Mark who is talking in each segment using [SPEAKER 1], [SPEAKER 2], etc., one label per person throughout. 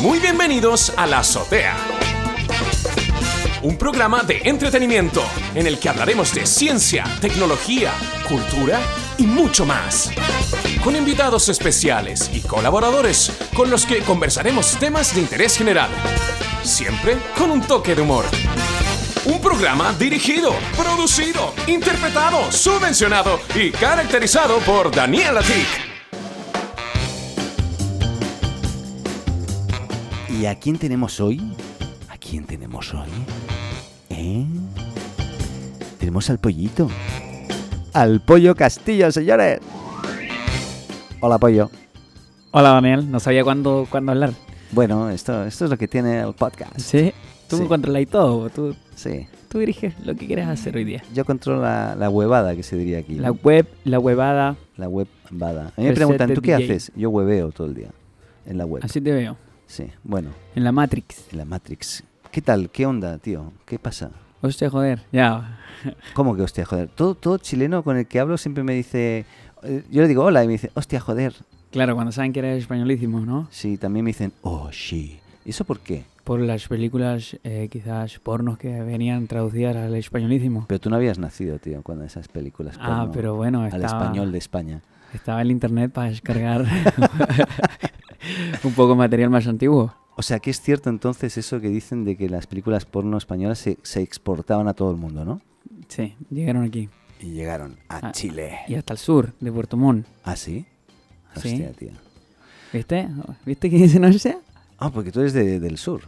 [SPEAKER 1] Muy bienvenidos a La Azotea. Un programa de entretenimiento en el que hablaremos de ciencia, tecnología, cultura y mucho más. Con invitados especiales y colaboradores con los que conversaremos temas de interés general. Siempre con un toque de humor. Un programa dirigido, producido, interpretado, subvencionado y caracterizado por Daniel Atik.
[SPEAKER 2] ¿Y a quién tenemos hoy? ¿A quién tenemos hoy? ¿Eh? Tenemos al pollito. Al pollo Castillo, señores. Hola, pollo.
[SPEAKER 3] Hola Daniel, no sabía cuándo, cuándo hablar.
[SPEAKER 2] Bueno, esto, esto es lo que tiene el podcast.
[SPEAKER 3] Sí, Mm. tú
[SPEAKER 2] Sí.
[SPEAKER 3] me controlas y todo, tú,
[SPEAKER 2] Sí.
[SPEAKER 3] tú diriges lo que quieras hacer hoy día.
[SPEAKER 2] Yo controlo la, la huevada que se diría aquí.
[SPEAKER 3] La web, la huevada,
[SPEAKER 2] La huevada. A mí me
[SPEAKER 3] Preset
[SPEAKER 2] preguntan,
[SPEAKER 3] de
[SPEAKER 2] ¿tú qué
[SPEAKER 3] DJ.
[SPEAKER 2] haces? Yo hueveo todo el día. En la web.
[SPEAKER 3] así te veo,
[SPEAKER 2] Sí. Bueno,
[SPEAKER 3] en la Matrix.
[SPEAKER 2] en la Matrix. ¿Qué tal? ¿Qué onda, tío? ¿Qué pasa?
[SPEAKER 3] Hostia, joder, ya.
[SPEAKER 2] ¿Cómo que hostia, joder? Todo, todo chileno con el que hablo siempre me dice. eh, Yo le digo hola y me dice, hostia, joder.
[SPEAKER 3] Claro, cuando saben que eres españolísimo, ¿no?
[SPEAKER 2] Sí, también me dicen, oh, sí. ¿Y eso por qué?
[SPEAKER 3] Por las películas, eh, quizás pornos que venían traducidas al españolísimo.
[SPEAKER 2] Pero tú no habías nacido, tío, cuando esas películas.
[SPEAKER 3] Ah,
[SPEAKER 2] porno
[SPEAKER 3] pero bueno,
[SPEAKER 2] Al
[SPEAKER 3] estaba,
[SPEAKER 2] español de España.
[SPEAKER 3] estaba el internet para descargar un poco de material más antiguo.
[SPEAKER 2] O sea, que es cierto entonces eso que dicen de que las películas porno españolas se, se exportaban a todo el mundo, ¿no?
[SPEAKER 3] Sí, llegaron aquí.
[SPEAKER 2] Y llegaron a
[SPEAKER 3] Ah,
[SPEAKER 2] Chile.
[SPEAKER 3] Y hasta el sur, de Puerto Montt.
[SPEAKER 2] ¿Ah, sí?
[SPEAKER 3] Sí.
[SPEAKER 2] Hostia, tío.
[SPEAKER 3] ¿Viste? ¿Viste que dice Noche?
[SPEAKER 2] Ah, porque tú eres de- del sur.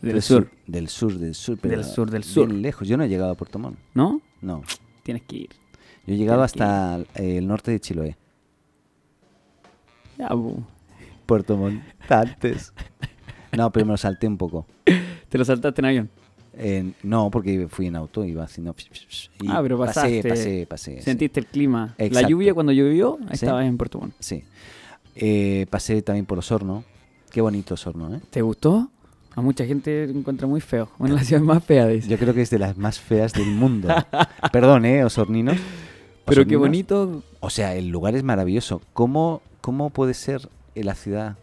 [SPEAKER 3] Del sur,
[SPEAKER 2] Del sur, del sur. pero
[SPEAKER 3] Del sur, del
[SPEAKER 2] bien
[SPEAKER 3] sur.
[SPEAKER 2] lejos. Yo no he llegado a Puerto Montt.
[SPEAKER 3] ¿no?
[SPEAKER 2] No.
[SPEAKER 3] Tienes que ir.
[SPEAKER 2] Yo he llegado
[SPEAKER 3] Tienes que
[SPEAKER 2] hasta el norte de Chiloé.
[SPEAKER 3] Ya, bu.
[SPEAKER 2] Puerto Montt. Antes. No, pero me lo salté un poco.
[SPEAKER 3] Te lo saltaste en avión.
[SPEAKER 2] En- no, porque fui en auto, iba haciendo... psh, psh, psh, y
[SPEAKER 3] Ah, pero pasaste.
[SPEAKER 2] Pasé, pasé, pasé. sí.
[SPEAKER 3] Sentiste el clima.
[SPEAKER 2] Exacto.
[SPEAKER 3] La lluvia cuando llovió,
[SPEAKER 2] Sí.
[SPEAKER 3] estabas en Puerto Montt.
[SPEAKER 2] Sí. Eh, pasé también por Osorno. Qué bonito Osorno, ¿eh?
[SPEAKER 3] ¿Te gustó? A mucha gente lo encuentra muy feo. Una de las ciudades más feas, dice.
[SPEAKER 2] Yo creo que es de las más feas del mundo. Perdón, ¿eh? Osorninos.
[SPEAKER 3] Pero qué
[SPEAKER 2] Osorninos.
[SPEAKER 3] bonito.
[SPEAKER 2] O sea, el lugar es maravilloso. ¿Cómo, cómo puede ser eh, la ciudad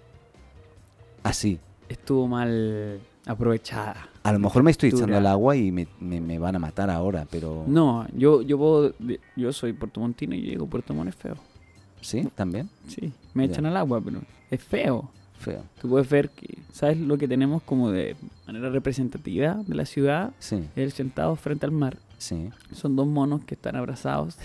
[SPEAKER 2] así?
[SPEAKER 3] Estuvo mal aprovechada.
[SPEAKER 2] A lo mejor me estoy
[SPEAKER 3] Cultura.
[SPEAKER 2] echando al agua y me, me- me van a matar ahora, pero...
[SPEAKER 3] No, yo yo puedo- yo soy puertomontino y yo digo Puerto Montt es feo.
[SPEAKER 2] ¿Sí? ¿También?
[SPEAKER 3] Sí, me
[SPEAKER 2] Ya.
[SPEAKER 3] echan al agua, pero es feo.
[SPEAKER 2] Feo.
[SPEAKER 3] Tú puedes ver que, ¿sabes lo que tenemos como de manera representativa de la ciudad?
[SPEAKER 2] Sí,
[SPEAKER 3] El sentado frente al mar.
[SPEAKER 2] sí.
[SPEAKER 3] Son dos monos que están abrazados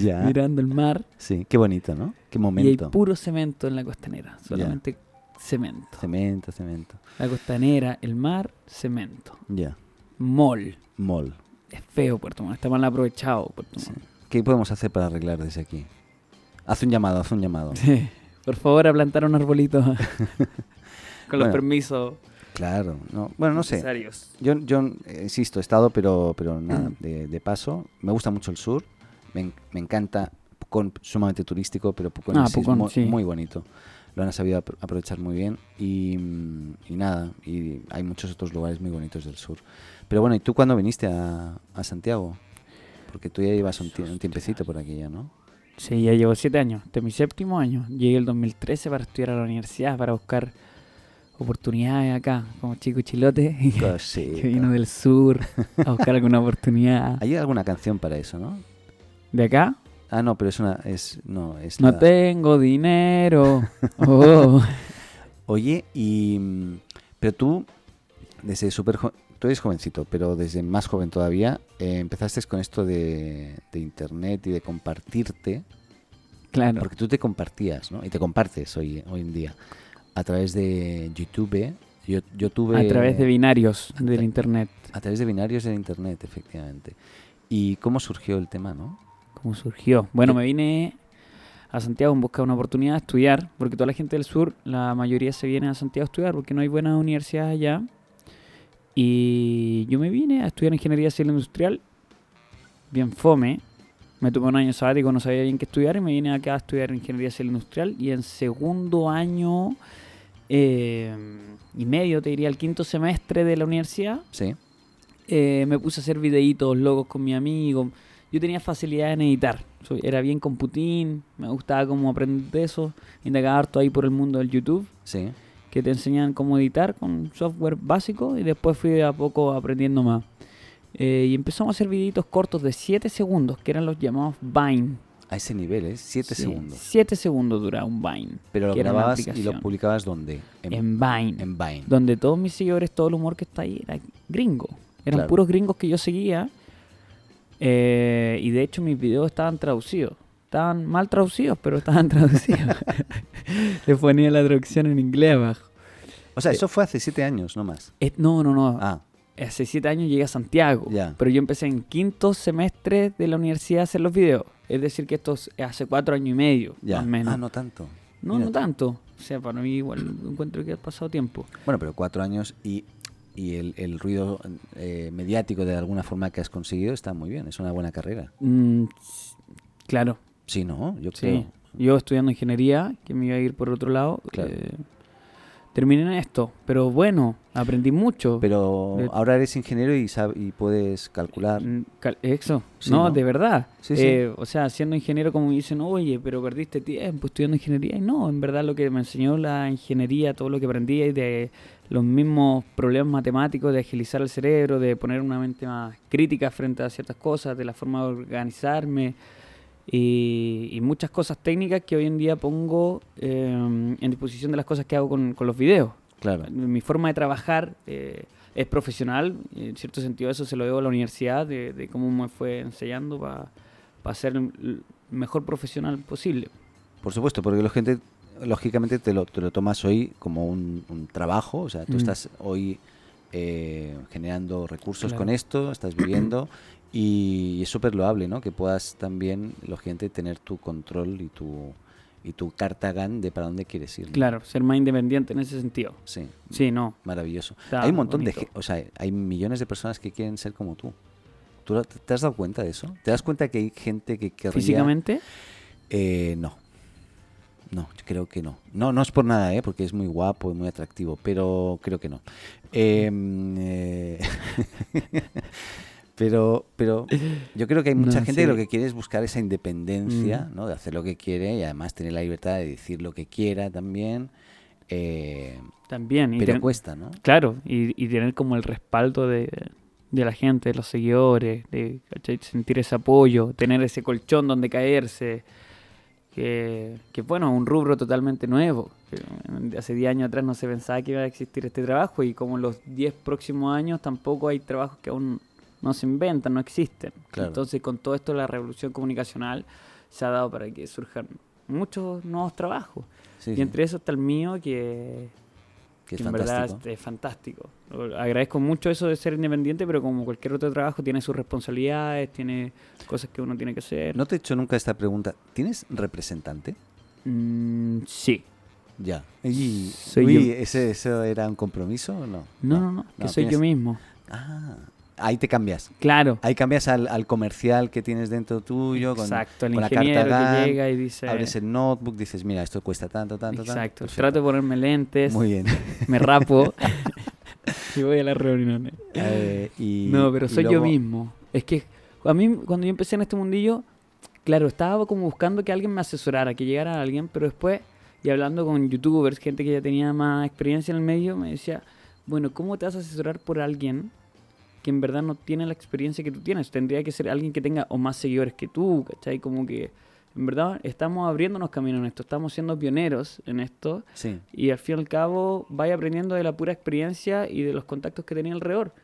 [SPEAKER 2] Ya.
[SPEAKER 3] mirando el mar
[SPEAKER 2] Sí, qué bonito, ¿no? Qué
[SPEAKER 3] y hay
[SPEAKER 2] momento.
[SPEAKER 3] puro cemento en la costanera, solamente cemento.
[SPEAKER 2] Cemento, cemento.
[SPEAKER 3] La costanera, el mar, cemento.
[SPEAKER 2] Ya.
[SPEAKER 3] Mol,
[SPEAKER 2] Mol.
[SPEAKER 3] es feo Puerto Montt, está mal aprovechado Puerto
[SPEAKER 2] Sí.
[SPEAKER 3] Montt.
[SPEAKER 2] ¿Qué podemos hacer para arreglar desde aquí? Haz un llamado, haz un llamado.
[SPEAKER 3] Sí. Por favor, a plantar un arbolito con los
[SPEAKER 2] Bueno,
[SPEAKER 3] permisos
[SPEAKER 2] Claro. No, bueno,
[SPEAKER 3] Pues
[SPEAKER 2] no sé.
[SPEAKER 3] necesarios.
[SPEAKER 2] Yo, yo eh, insisto, he estado, pero, pero nada,
[SPEAKER 3] Mm.
[SPEAKER 2] de, de paso. Me gusta mucho el sur. Me, en- me encanta. Pucón, sumamente turístico, pero Pucón,
[SPEAKER 3] Ah,
[SPEAKER 2] en sí es
[SPEAKER 3] Pucón,
[SPEAKER 2] muy,
[SPEAKER 3] sí.
[SPEAKER 2] muy bonito. Lo han sabido apro- aprovechar muy bien. Y, mm, y nada, y hay muchos otros lugares muy bonitos del sur. Pero bueno, ¿y tú cuándo viniste a, a Santiago? Porque tú ya llevas un, tie- un tiempecito por aquí ya, ¿no?
[SPEAKER 3] Sí, ya llevo siete años. Este es mi séptimo año. Llegué el 2013 para estudiar a la universidad, para buscar oportunidades acá, como chico chilote. que vino del sur a buscar alguna oportunidad.
[SPEAKER 2] Hay alguna canción para eso, ¿no?
[SPEAKER 3] ¿De acá?
[SPEAKER 2] Ah, no, pero es una. Es, no, es
[SPEAKER 3] No
[SPEAKER 2] la-
[SPEAKER 3] tengo dinero. Oh.
[SPEAKER 2] Oye, y. mm, Pero tú, desde súper. jo- Tú eres jovencito, pero desde más joven todavía, eh, empezaste con esto de, de internet y de compartirte.
[SPEAKER 3] Claro.
[SPEAKER 2] Porque tú te compartías, ¿no? Y te compartes hoy, hoy en día. A través de YouTube. ¿eh? Yo, yo tuve.
[SPEAKER 3] A través de binarios
[SPEAKER 2] tra-
[SPEAKER 3] del internet.
[SPEAKER 2] A través de binarios de internet, efectivamente. ¿Y cómo surgió el tema, no?
[SPEAKER 3] ¿Cómo surgió? Bueno, me vine a Santiago en busca de una oportunidad de estudiar, porque toda la gente del sur, la mayoría se viene a Santiago a estudiar, porque no hay buenas universidades allá. Y yo me vine a estudiar ingeniería civil industrial, bien fome. Me tomé un año sabático, no sabía bien qué estudiar, y me vine acá a estudiar ingeniería civil industrial. Y en segundo año eh, y medio, te diría, el quinto semestre de la universidad,
[SPEAKER 2] Sí.
[SPEAKER 3] eh, me puse a hacer videitos, logos con mi amigo. Yo tenía facilidad en editar. soy- era bien computín, me gustaba cómo aprender de eso, indagaba harto ahí por el mundo del YouTube,
[SPEAKER 2] Sí.
[SPEAKER 3] que te enseñan cómo editar con software básico y después fui de a poco aprendiendo más. Eh, y empezamos a hacer videitos cortos de 7 segundos, que eran los llamados Vine.
[SPEAKER 2] A ese nivel, ¿eh? Siete segundos.
[SPEAKER 3] 7 segundos duraba un Vine.
[SPEAKER 2] Pero lo
[SPEAKER 3] que era una
[SPEAKER 2] grababas y lo
[SPEAKER 3] aplicación.
[SPEAKER 2] publicabas ¿dónde?
[SPEAKER 3] en Vine.
[SPEAKER 2] en Vine.
[SPEAKER 3] donde todos mis seguidores, todo el humor que está ahí era gringo. Eran
[SPEAKER 2] Claro.
[SPEAKER 3] puros gringos que yo seguía. eh, y de hecho mis videos estaban traducidos. Estaban mal traducidos, pero estaban traducidos. Le ponía la traducción en inglés abajo.
[SPEAKER 2] O sea, eso fue hace siete años, no más.
[SPEAKER 3] Eh, no, no, no.
[SPEAKER 2] Ah,
[SPEAKER 3] Hace siete años llegué a Santiago.
[SPEAKER 2] Ya.
[SPEAKER 3] Pero yo empecé en quinto semestre de la universidad a hacer los videos. Es decir, que esto es hace cuatro años y medio,
[SPEAKER 2] ya.
[SPEAKER 3] más o menos.
[SPEAKER 2] Ah, no tanto.
[SPEAKER 3] no,
[SPEAKER 2] Mira
[SPEAKER 3] no
[SPEAKER 2] tú.
[SPEAKER 3] tanto. O sea, para mí igual encuentro que ha pasado tiempo.
[SPEAKER 2] Bueno, pero cuatro años y, y el, el ruido eh, mediático de alguna forma que has conseguido está muy bien. Es una buena carrera.
[SPEAKER 3] Mm, s- claro,
[SPEAKER 2] Sí, ¿no? Yo
[SPEAKER 3] Sí.
[SPEAKER 2] creo.
[SPEAKER 3] Yo estudiando ingeniería, que me iba a ir por otro lado,
[SPEAKER 2] Claro.
[SPEAKER 3] eh, terminé en esto. Pero bueno, aprendí mucho.
[SPEAKER 2] Pero
[SPEAKER 3] Le-
[SPEAKER 2] ahora eres ingeniero y, sab- y puedes calcular.
[SPEAKER 3] Mm, cal- Eso,
[SPEAKER 2] Sí,
[SPEAKER 3] no,
[SPEAKER 2] ¿no?
[SPEAKER 3] de verdad.
[SPEAKER 2] Sí, sí.
[SPEAKER 3] Eh, o sea, siendo ingeniero, como me dicen, oye, pero perdiste tiempo estudiando ingeniería. Y no, en verdad lo que me enseñó la ingeniería, todo lo que aprendí y de los mismos problemas matemáticos, de agilizar el cerebro, de poner una mente más crítica frente a ciertas cosas, de la forma de organizarme y, y muchas cosas técnicas que hoy en día pongo eh, en disposición de las cosas que hago con- con los videos
[SPEAKER 2] Claro.
[SPEAKER 3] mi forma de trabajar eh, es profesional, en cierto sentido eso se lo debo a la universidad, de, de cómo me fue enseñando para ser el mejor profesional posible.
[SPEAKER 2] Por supuesto, porque la gente, lógicamente, te lo, te lo tomas hoy como un, un trabajo. O sea, tú
[SPEAKER 3] Mm.
[SPEAKER 2] estás hoy eh, generando recursos
[SPEAKER 3] Claro.
[SPEAKER 2] con esto, estás viviendo. Y es súper loable, ¿no? Que puedas también, lógicamente, tener tu control y tu, y tu cartagán de para dónde quieres ir. ¿no?
[SPEAKER 3] Claro, ser más independiente en ese sentido.
[SPEAKER 2] Sí,
[SPEAKER 3] Sí, no.
[SPEAKER 2] maravilloso.
[SPEAKER 3] Está
[SPEAKER 2] hay un montón de
[SPEAKER 3] bonito.
[SPEAKER 2] gente, o sea, hay millones de personas que quieren ser como tú. ¿Tú lo- te has dado cuenta de eso? ¿Te das cuenta que hay gente que querría...
[SPEAKER 3] Físicamente,
[SPEAKER 2] Eh, no. No, yo creo que no. No, no es por nada, ¿eh? porque es muy guapo y muy atractivo, pero creo que no. Eh, eh, pero, pero yo creo que hay mucha
[SPEAKER 3] No,
[SPEAKER 2] gente
[SPEAKER 3] sí. Mm.
[SPEAKER 2] que lo que quiere es buscar esa independencia, ¿no? De hacer lo que quiere y además tener la libertad de decir lo que quiera también. eh,
[SPEAKER 3] también. y
[SPEAKER 2] pero
[SPEAKER 3] ten-
[SPEAKER 2] cuesta, ¿no?
[SPEAKER 3] Claro, y, y tener como el respaldo de, de la gente, de los seguidores, de ¿cachai? sentir ese apoyo, tener ese colchón donde caerse. Que, que, bueno, es un rubro totalmente nuevo. que Hace 10 años atrás no se pensaba que iba a existir este trabajo y como en los 10 próximos años tampoco hay trabajos que aún no se inventan, no existen.
[SPEAKER 2] Claro.
[SPEAKER 3] Entonces con todo esto la revolución comunicacional se ha dado para que surjan muchos nuevos trabajos.
[SPEAKER 2] Sí,
[SPEAKER 3] y
[SPEAKER 2] sí,
[SPEAKER 3] entre eso está el mío que
[SPEAKER 2] que es
[SPEAKER 3] que en
[SPEAKER 2] fantástico.
[SPEAKER 3] verdad es fantástico. Lo- Agradezco mucho eso de ser independiente, pero como cualquier otro trabajo tiene sus responsabilidades, tiene cosas que uno tiene que hacer.
[SPEAKER 2] No te he hecho nunca esta pregunta. ¿Tienes representante?
[SPEAKER 3] Mm, sí.
[SPEAKER 2] Ya. Y,
[SPEAKER 3] Soy
[SPEAKER 2] uy,
[SPEAKER 3] yo.
[SPEAKER 2] ¿ese, ¿Eso era un compromiso o no?
[SPEAKER 3] No, no, no, que soy yo
[SPEAKER 2] tienes-
[SPEAKER 3] mismo.
[SPEAKER 2] Ah, ahí te cambias.
[SPEAKER 3] Claro.
[SPEAKER 2] Ahí cambias al, al comercial que tienes dentro tuyo, con,
[SPEAKER 3] exacto, el
[SPEAKER 2] con la
[SPEAKER 3] ingeniero
[SPEAKER 2] carta
[SPEAKER 3] que llega y dice...
[SPEAKER 2] abres el notebook, dices, mira, esto cuesta tanto, tanto,
[SPEAKER 3] exacto,
[SPEAKER 2] tanto.
[SPEAKER 3] trato de ponerme lentes,
[SPEAKER 2] Muy bien.
[SPEAKER 3] me rapo y voy a las reuniones.
[SPEAKER 2] Eh, y-
[SPEAKER 3] No, pero
[SPEAKER 2] y
[SPEAKER 3] soy yo
[SPEAKER 2] luego-
[SPEAKER 3] mismo. Es que a mí, cuando yo empecé en este mundillo, claro, estaba como buscando que alguien me asesorara, que llegara alguien, pero después, y hablando con youtubers, gente que ya tenía más experiencia en el medio, me decía, bueno, ¿cómo te vas a asesorar por alguien que en verdad no tiene la experiencia que tú tienes? Tendría que ser alguien que tenga o más seguidores que tú, ¿cachai? Como que, en verdad, estamos abriéndonos camino en esto, estamos siendo pioneros en esto
[SPEAKER 2] Sí,
[SPEAKER 3] y al fin y al cabo vais aprendiendo de la pura experiencia y de los contactos que tenía alrededor.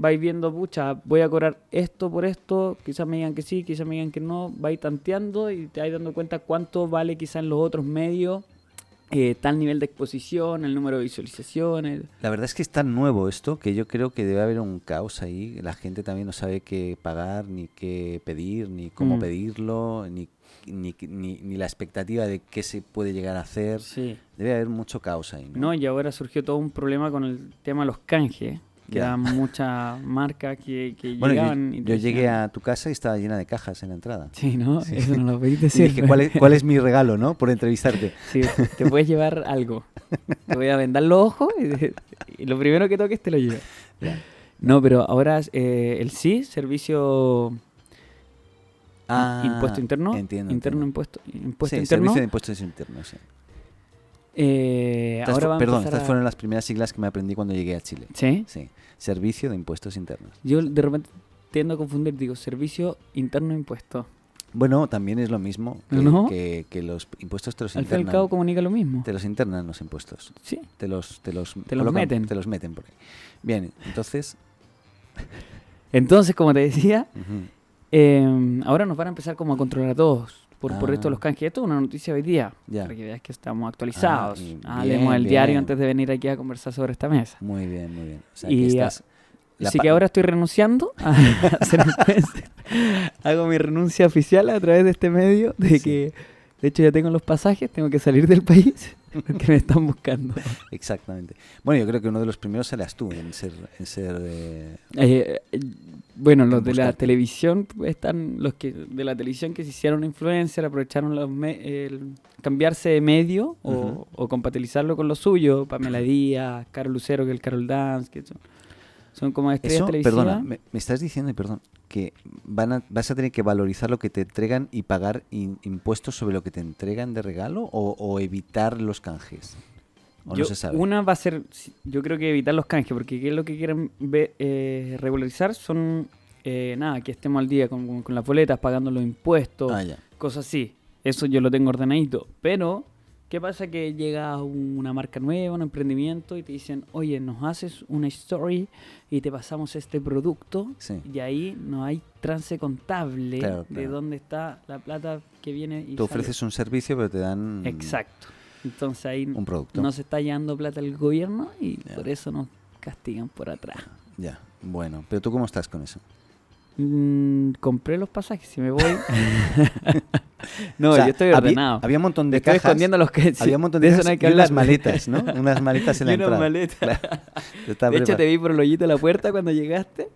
[SPEAKER 3] Vais viendo, pucha, voy a cobrar esto por esto, quizás me digan que sí, quizás me digan que no, vais tanteando y te vais dando cuenta cuánto vale quizás en los otros medios, eh, tal nivel de exposición, el número de visualizaciones.
[SPEAKER 2] la verdad es que es tan nuevo esto que yo creo que debe haber un caos ahí. La gente también no sabe qué pagar, ni qué pedir, ni cómo
[SPEAKER 3] Mm.
[SPEAKER 2] pedirlo, ni, ni, ni- ni la expectativa de qué se puede llegar a hacer.
[SPEAKER 3] Sí.
[SPEAKER 2] Debe haber mucho caos ahí, ¿no?
[SPEAKER 3] No, y ahora surgió todo un problema con el tema de los canjes, que
[SPEAKER 2] Ya.
[SPEAKER 3] eran muchas marcas que, que
[SPEAKER 2] bueno, yo-
[SPEAKER 3] llegaban. y
[SPEAKER 2] yo,
[SPEAKER 3] te decían-
[SPEAKER 2] llegué a tu casa y estaba llena de cajas en la entrada.
[SPEAKER 3] Sí, ¿no? Eso no lo pediste
[SPEAKER 2] Y dije, ¿cuál es, cuál es mi regalo, no? Por entrevistarte.
[SPEAKER 3] Sí, te puedes llevar algo. Te voy a vendar los ojos y, y lo primero que toques te lo llevas. No, pero ahora eh, el sí, servicio
[SPEAKER 2] Ah,
[SPEAKER 3] impuesto interno,
[SPEAKER 2] entiendo,
[SPEAKER 3] interno
[SPEAKER 2] entiendo.
[SPEAKER 3] impuesto, impuesto
[SPEAKER 2] Sí,
[SPEAKER 3] interno.
[SPEAKER 2] Servicio de Impuestos Internos. sí.
[SPEAKER 3] Eh,
[SPEAKER 2] Estas
[SPEAKER 3] ahora
[SPEAKER 2] fu-
[SPEAKER 3] va a
[SPEAKER 2] perdón,
[SPEAKER 3] empezar
[SPEAKER 2] estas
[SPEAKER 3] a-
[SPEAKER 2] fueron las primeras siglas que me aprendí cuando llegué a Chile.
[SPEAKER 3] Sí.
[SPEAKER 2] Sí, Servicio de Impuestos Internos.
[SPEAKER 3] Yo de repente tiendo a confundir, digo, servicio interno impuesto.
[SPEAKER 2] Bueno, también es lo mismo que,
[SPEAKER 3] ¿No?
[SPEAKER 2] que- que los impuestos te los
[SPEAKER 3] Al fin y al
[SPEAKER 2] internan.
[SPEAKER 3] cabo comunica lo mismo.
[SPEAKER 2] Te los internan los impuestos.
[SPEAKER 3] Sí.
[SPEAKER 2] Te los, te los,
[SPEAKER 3] Te los meten.
[SPEAKER 2] Te los meten por ahí. Bien, entonces.
[SPEAKER 3] Entonces, como te decía,
[SPEAKER 2] ujú,
[SPEAKER 3] eh, ahora nos van a empezar como a controlar a todos por, por esto
[SPEAKER 2] Ah.
[SPEAKER 3] de los canjes. Esto es una noticia hoy día.
[SPEAKER 2] Ya.
[SPEAKER 3] Para que veas que estamos actualizados.
[SPEAKER 2] Ah, y
[SPEAKER 3] Ah,
[SPEAKER 2] bien,
[SPEAKER 3] leemos el
[SPEAKER 2] bien.
[SPEAKER 3] diario antes de venir aquí a conversar sobre esta mesa.
[SPEAKER 2] Muy bien, muy bien. O sea,
[SPEAKER 3] Y,
[SPEAKER 2] que estás- la
[SPEAKER 3] Así
[SPEAKER 2] pa-
[SPEAKER 3] que ahora estoy renunciando a ser influencer. Hago mi renuncia oficial a través de este medio de
[SPEAKER 2] Sí.
[SPEAKER 3] que, de hecho, ya tengo los pasajes, tengo que salir del país porque me están buscando.
[SPEAKER 2] Exactamente. Bueno, yo creo que uno de los primeros serás tú en ser. En ser eh,
[SPEAKER 3] Eh, eh, bueno, los de la
[SPEAKER 2] buscarte.
[SPEAKER 3] televisión pues, están los que de la televisión que se hicieron influencer aprovecharon los me- el cambiarse de medio o,
[SPEAKER 2] Ujú.
[SPEAKER 3] o compatibilizarlo con lo suyo, Pamela Díaz, Carol Lucero, que el Carol Dance, que son, son como estrellas
[SPEAKER 2] eso,
[SPEAKER 3] televisivas.
[SPEAKER 2] perdona, me, me estás diciendo, y perdón, que van a- vas a tener que valorizar lo que te entregan y pagar in- impuestos sobre lo que te entregan de regalo o, o evitar los canjes. O
[SPEAKER 3] Yo-
[SPEAKER 2] no se sabe.
[SPEAKER 3] Una va a ser, si- yo creo que evitar los canjes, porque qué es lo que quieren ve- eh, regularizar son eh, nada, que estemos al día con, con- con las boletas, pagando los impuestos,
[SPEAKER 2] Ah, ya.
[SPEAKER 3] cosas así. Eso yo lo tengo ordenadito. Pero, ¿qué pasa? Que llega una marca nueva, un emprendimiento y te dicen, oye, nos haces una story y te pasamos este producto.
[SPEAKER 2] Sí.
[SPEAKER 3] Y ahí no hay trance contable
[SPEAKER 2] Claro,
[SPEAKER 3] de
[SPEAKER 2] claro.
[SPEAKER 3] dónde está la plata que viene. Y
[SPEAKER 2] Tú
[SPEAKER 3] sale.
[SPEAKER 2] ofreces un servicio, pero te dan
[SPEAKER 3] Exacto. Entonces ahí
[SPEAKER 2] un producto.
[SPEAKER 3] nos está llevando plata el gobierno y
[SPEAKER 2] Ya.
[SPEAKER 3] por eso nos castigan por atrás.
[SPEAKER 2] Ya, bueno. Pero tú, ¿cómo estás con eso?
[SPEAKER 3] Mm, compré los pasajes, si me voy. no,
[SPEAKER 2] O sea,
[SPEAKER 3] yo estoy
[SPEAKER 2] había-
[SPEAKER 3] ordenado.
[SPEAKER 2] Había, un montón
[SPEAKER 3] Me
[SPEAKER 2] de
[SPEAKER 3] estoy
[SPEAKER 2] cajas.
[SPEAKER 3] escondiendo los que sí,
[SPEAKER 2] Había un montón de,
[SPEAKER 3] eso
[SPEAKER 2] cajas
[SPEAKER 3] no hay que
[SPEAKER 2] y unas
[SPEAKER 3] hablar.
[SPEAKER 2] maletas, ¿no? Unas maletas en la
[SPEAKER 3] Y unas
[SPEAKER 2] entrada.
[SPEAKER 3] maletas.
[SPEAKER 2] Claro. Te estaba
[SPEAKER 3] De hecho, te
[SPEAKER 2] preparando.
[SPEAKER 3] vi por el hoyito de la puerta cuando llegaste.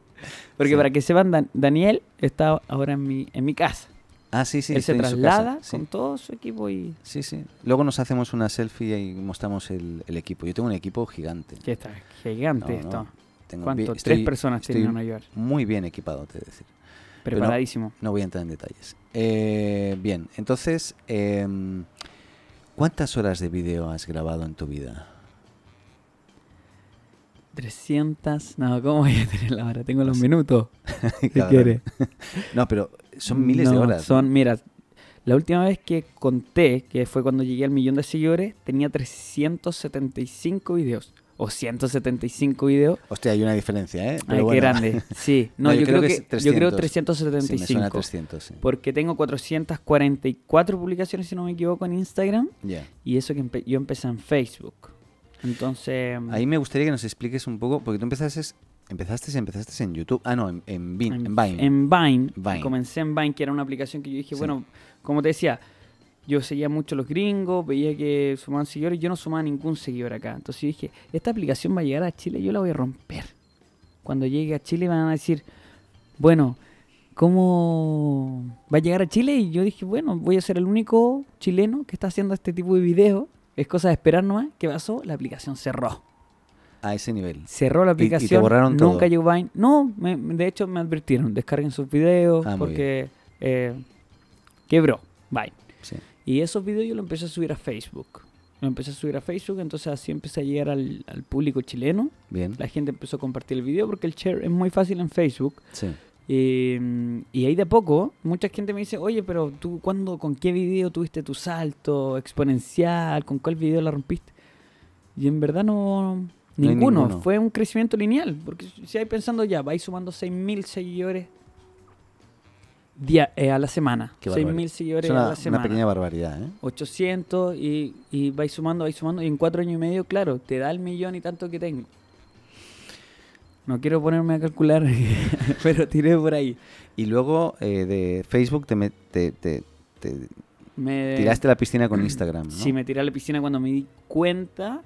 [SPEAKER 3] Porque
[SPEAKER 2] Sí.
[SPEAKER 3] para que sepan, Dan- Daniel está ahora en mi, en mi casa.
[SPEAKER 2] Ah, sí, sí.
[SPEAKER 3] Él se
[SPEAKER 2] estoy en su
[SPEAKER 3] traslada
[SPEAKER 2] casa, sí.
[SPEAKER 3] con todo su equipo y.
[SPEAKER 2] Sí, sí. Luego nos hacemos una selfie y mostramos el, el equipo. Yo tengo un equipo gigante.
[SPEAKER 3] Que está gigante
[SPEAKER 2] No, no,
[SPEAKER 3] esto.
[SPEAKER 2] Tengo
[SPEAKER 3] ¿Cuánto?
[SPEAKER 2] bien-
[SPEAKER 3] Tres
[SPEAKER 2] estoy
[SPEAKER 3] personas
[SPEAKER 2] estoy-
[SPEAKER 3] tienen a Nueva York.
[SPEAKER 2] Muy bien equipado, te he de decir. pero no-
[SPEAKER 3] Preparadísimo.
[SPEAKER 2] No voy a entrar en detalles. Eh, bien, entonces, em, ¿cuántas horas de vídeo has grabado en tu vida?
[SPEAKER 3] 300. No, ¿cómo voy a tener la hora? Tengo los
[SPEAKER 2] Así.
[SPEAKER 3] minutos.
[SPEAKER 2] ¿Qué
[SPEAKER 3] Si quieres.
[SPEAKER 2] No, pero son miles de
[SPEAKER 3] No,
[SPEAKER 2] horas.
[SPEAKER 3] Son, mira, la última vez que conté, que fue cuando llegué al millón de seguidores, tenía 375 videos. O 175 videos.
[SPEAKER 2] Hostia, hay una diferencia, ¿eh? Pero
[SPEAKER 3] Ay,
[SPEAKER 2] bueno,
[SPEAKER 3] qué grande. Sí. No, yo, creo, que,
[SPEAKER 2] es
[SPEAKER 3] yo creo
[SPEAKER 2] 300. Sí, me
[SPEAKER 3] 375.
[SPEAKER 2] suena a 300, sí.
[SPEAKER 3] Porque tengo 444 publicaciones, si no me equivoco, en Instagram.
[SPEAKER 2] Ya.
[SPEAKER 3] Y eso que empe- yo empecé en Facebook. Entonces,
[SPEAKER 2] Ahí me gustaría que nos expliques un poco, porque tú empezaste, empezaste, empezaste en YouTube. Ah, no, en, en, Vine, en Vine.
[SPEAKER 3] en Vine.
[SPEAKER 2] Vine.
[SPEAKER 3] Comencé en Vine, que era una aplicación que yo dije,
[SPEAKER 2] Sí.
[SPEAKER 3] bueno, como te decía, yo seguía mucho a los gringos, veía que sumaban seguidores, yo no sumaba ningún seguidor acá. Entonces yo dije, esta aplicación va a llegar a Chile, yo la voy a romper. Cuando llegue a Chile van a decir, bueno, ¿cómo va a llegar a Chile? Y yo dije, bueno, voy a ser el único chileno que está haciendo este tipo de video. Es cosa de esperar nomás. ¿Qué pasó? La aplicación cerró.
[SPEAKER 2] A ese nivel.
[SPEAKER 3] Cerró la
[SPEAKER 2] Y- y te
[SPEAKER 3] aplicación.
[SPEAKER 2] borraron todo.
[SPEAKER 3] Nunca llegó Vine. No, me- me- de hecho me advirtieron. Descarguen sus videos
[SPEAKER 2] Ah, muy
[SPEAKER 3] porque eh, quebró Vine.
[SPEAKER 2] Sí.
[SPEAKER 3] Y esos videos yo los empecé a subir a Facebook. Lo empecé a subir a Facebook, entonces así empecé a llegar al, al público chileno.
[SPEAKER 2] Bien.
[SPEAKER 3] La gente empezó a compartir el video porque el share es muy fácil en Facebook.
[SPEAKER 2] Sí.
[SPEAKER 3] Y, mm, y ahí de a poco, mucha gente me dice, oye, pero tú, ¿cuándo, con qué video tuviste tu salto exponencial? ¿Con cuál video la rompiste? Y en verdad no...
[SPEAKER 2] No hay
[SPEAKER 3] Ninguno.
[SPEAKER 2] ninguno.
[SPEAKER 3] Fue un crecimiento lineal. Porque si hay pensando ya, vais sumando 6.000 seguidores dia- eh, a la semana.
[SPEAKER 2] Qué barbaridad.
[SPEAKER 3] 6.000 seguidores
[SPEAKER 2] Es una,
[SPEAKER 3] a la
[SPEAKER 2] una
[SPEAKER 3] semana.
[SPEAKER 2] pequeña barbaridad, ¿eh?
[SPEAKER 3] 800 y, y vais sumando, vais sumando. Y en cuatro años y medio, claro, te da el millón y tanto que tengo. No quiero ponerme a calcular, pero tiré por ahí.
[SPEAKER 2] Y luego eh, de Facebook te, me- te- te- te
[SPEAKER 3] Me,
[SPEAKER 2] tiraste a la piscina con Instagram, ¿no?
[SPEAKER 3] Sí, me tiré a la piscina cuando me di cuenta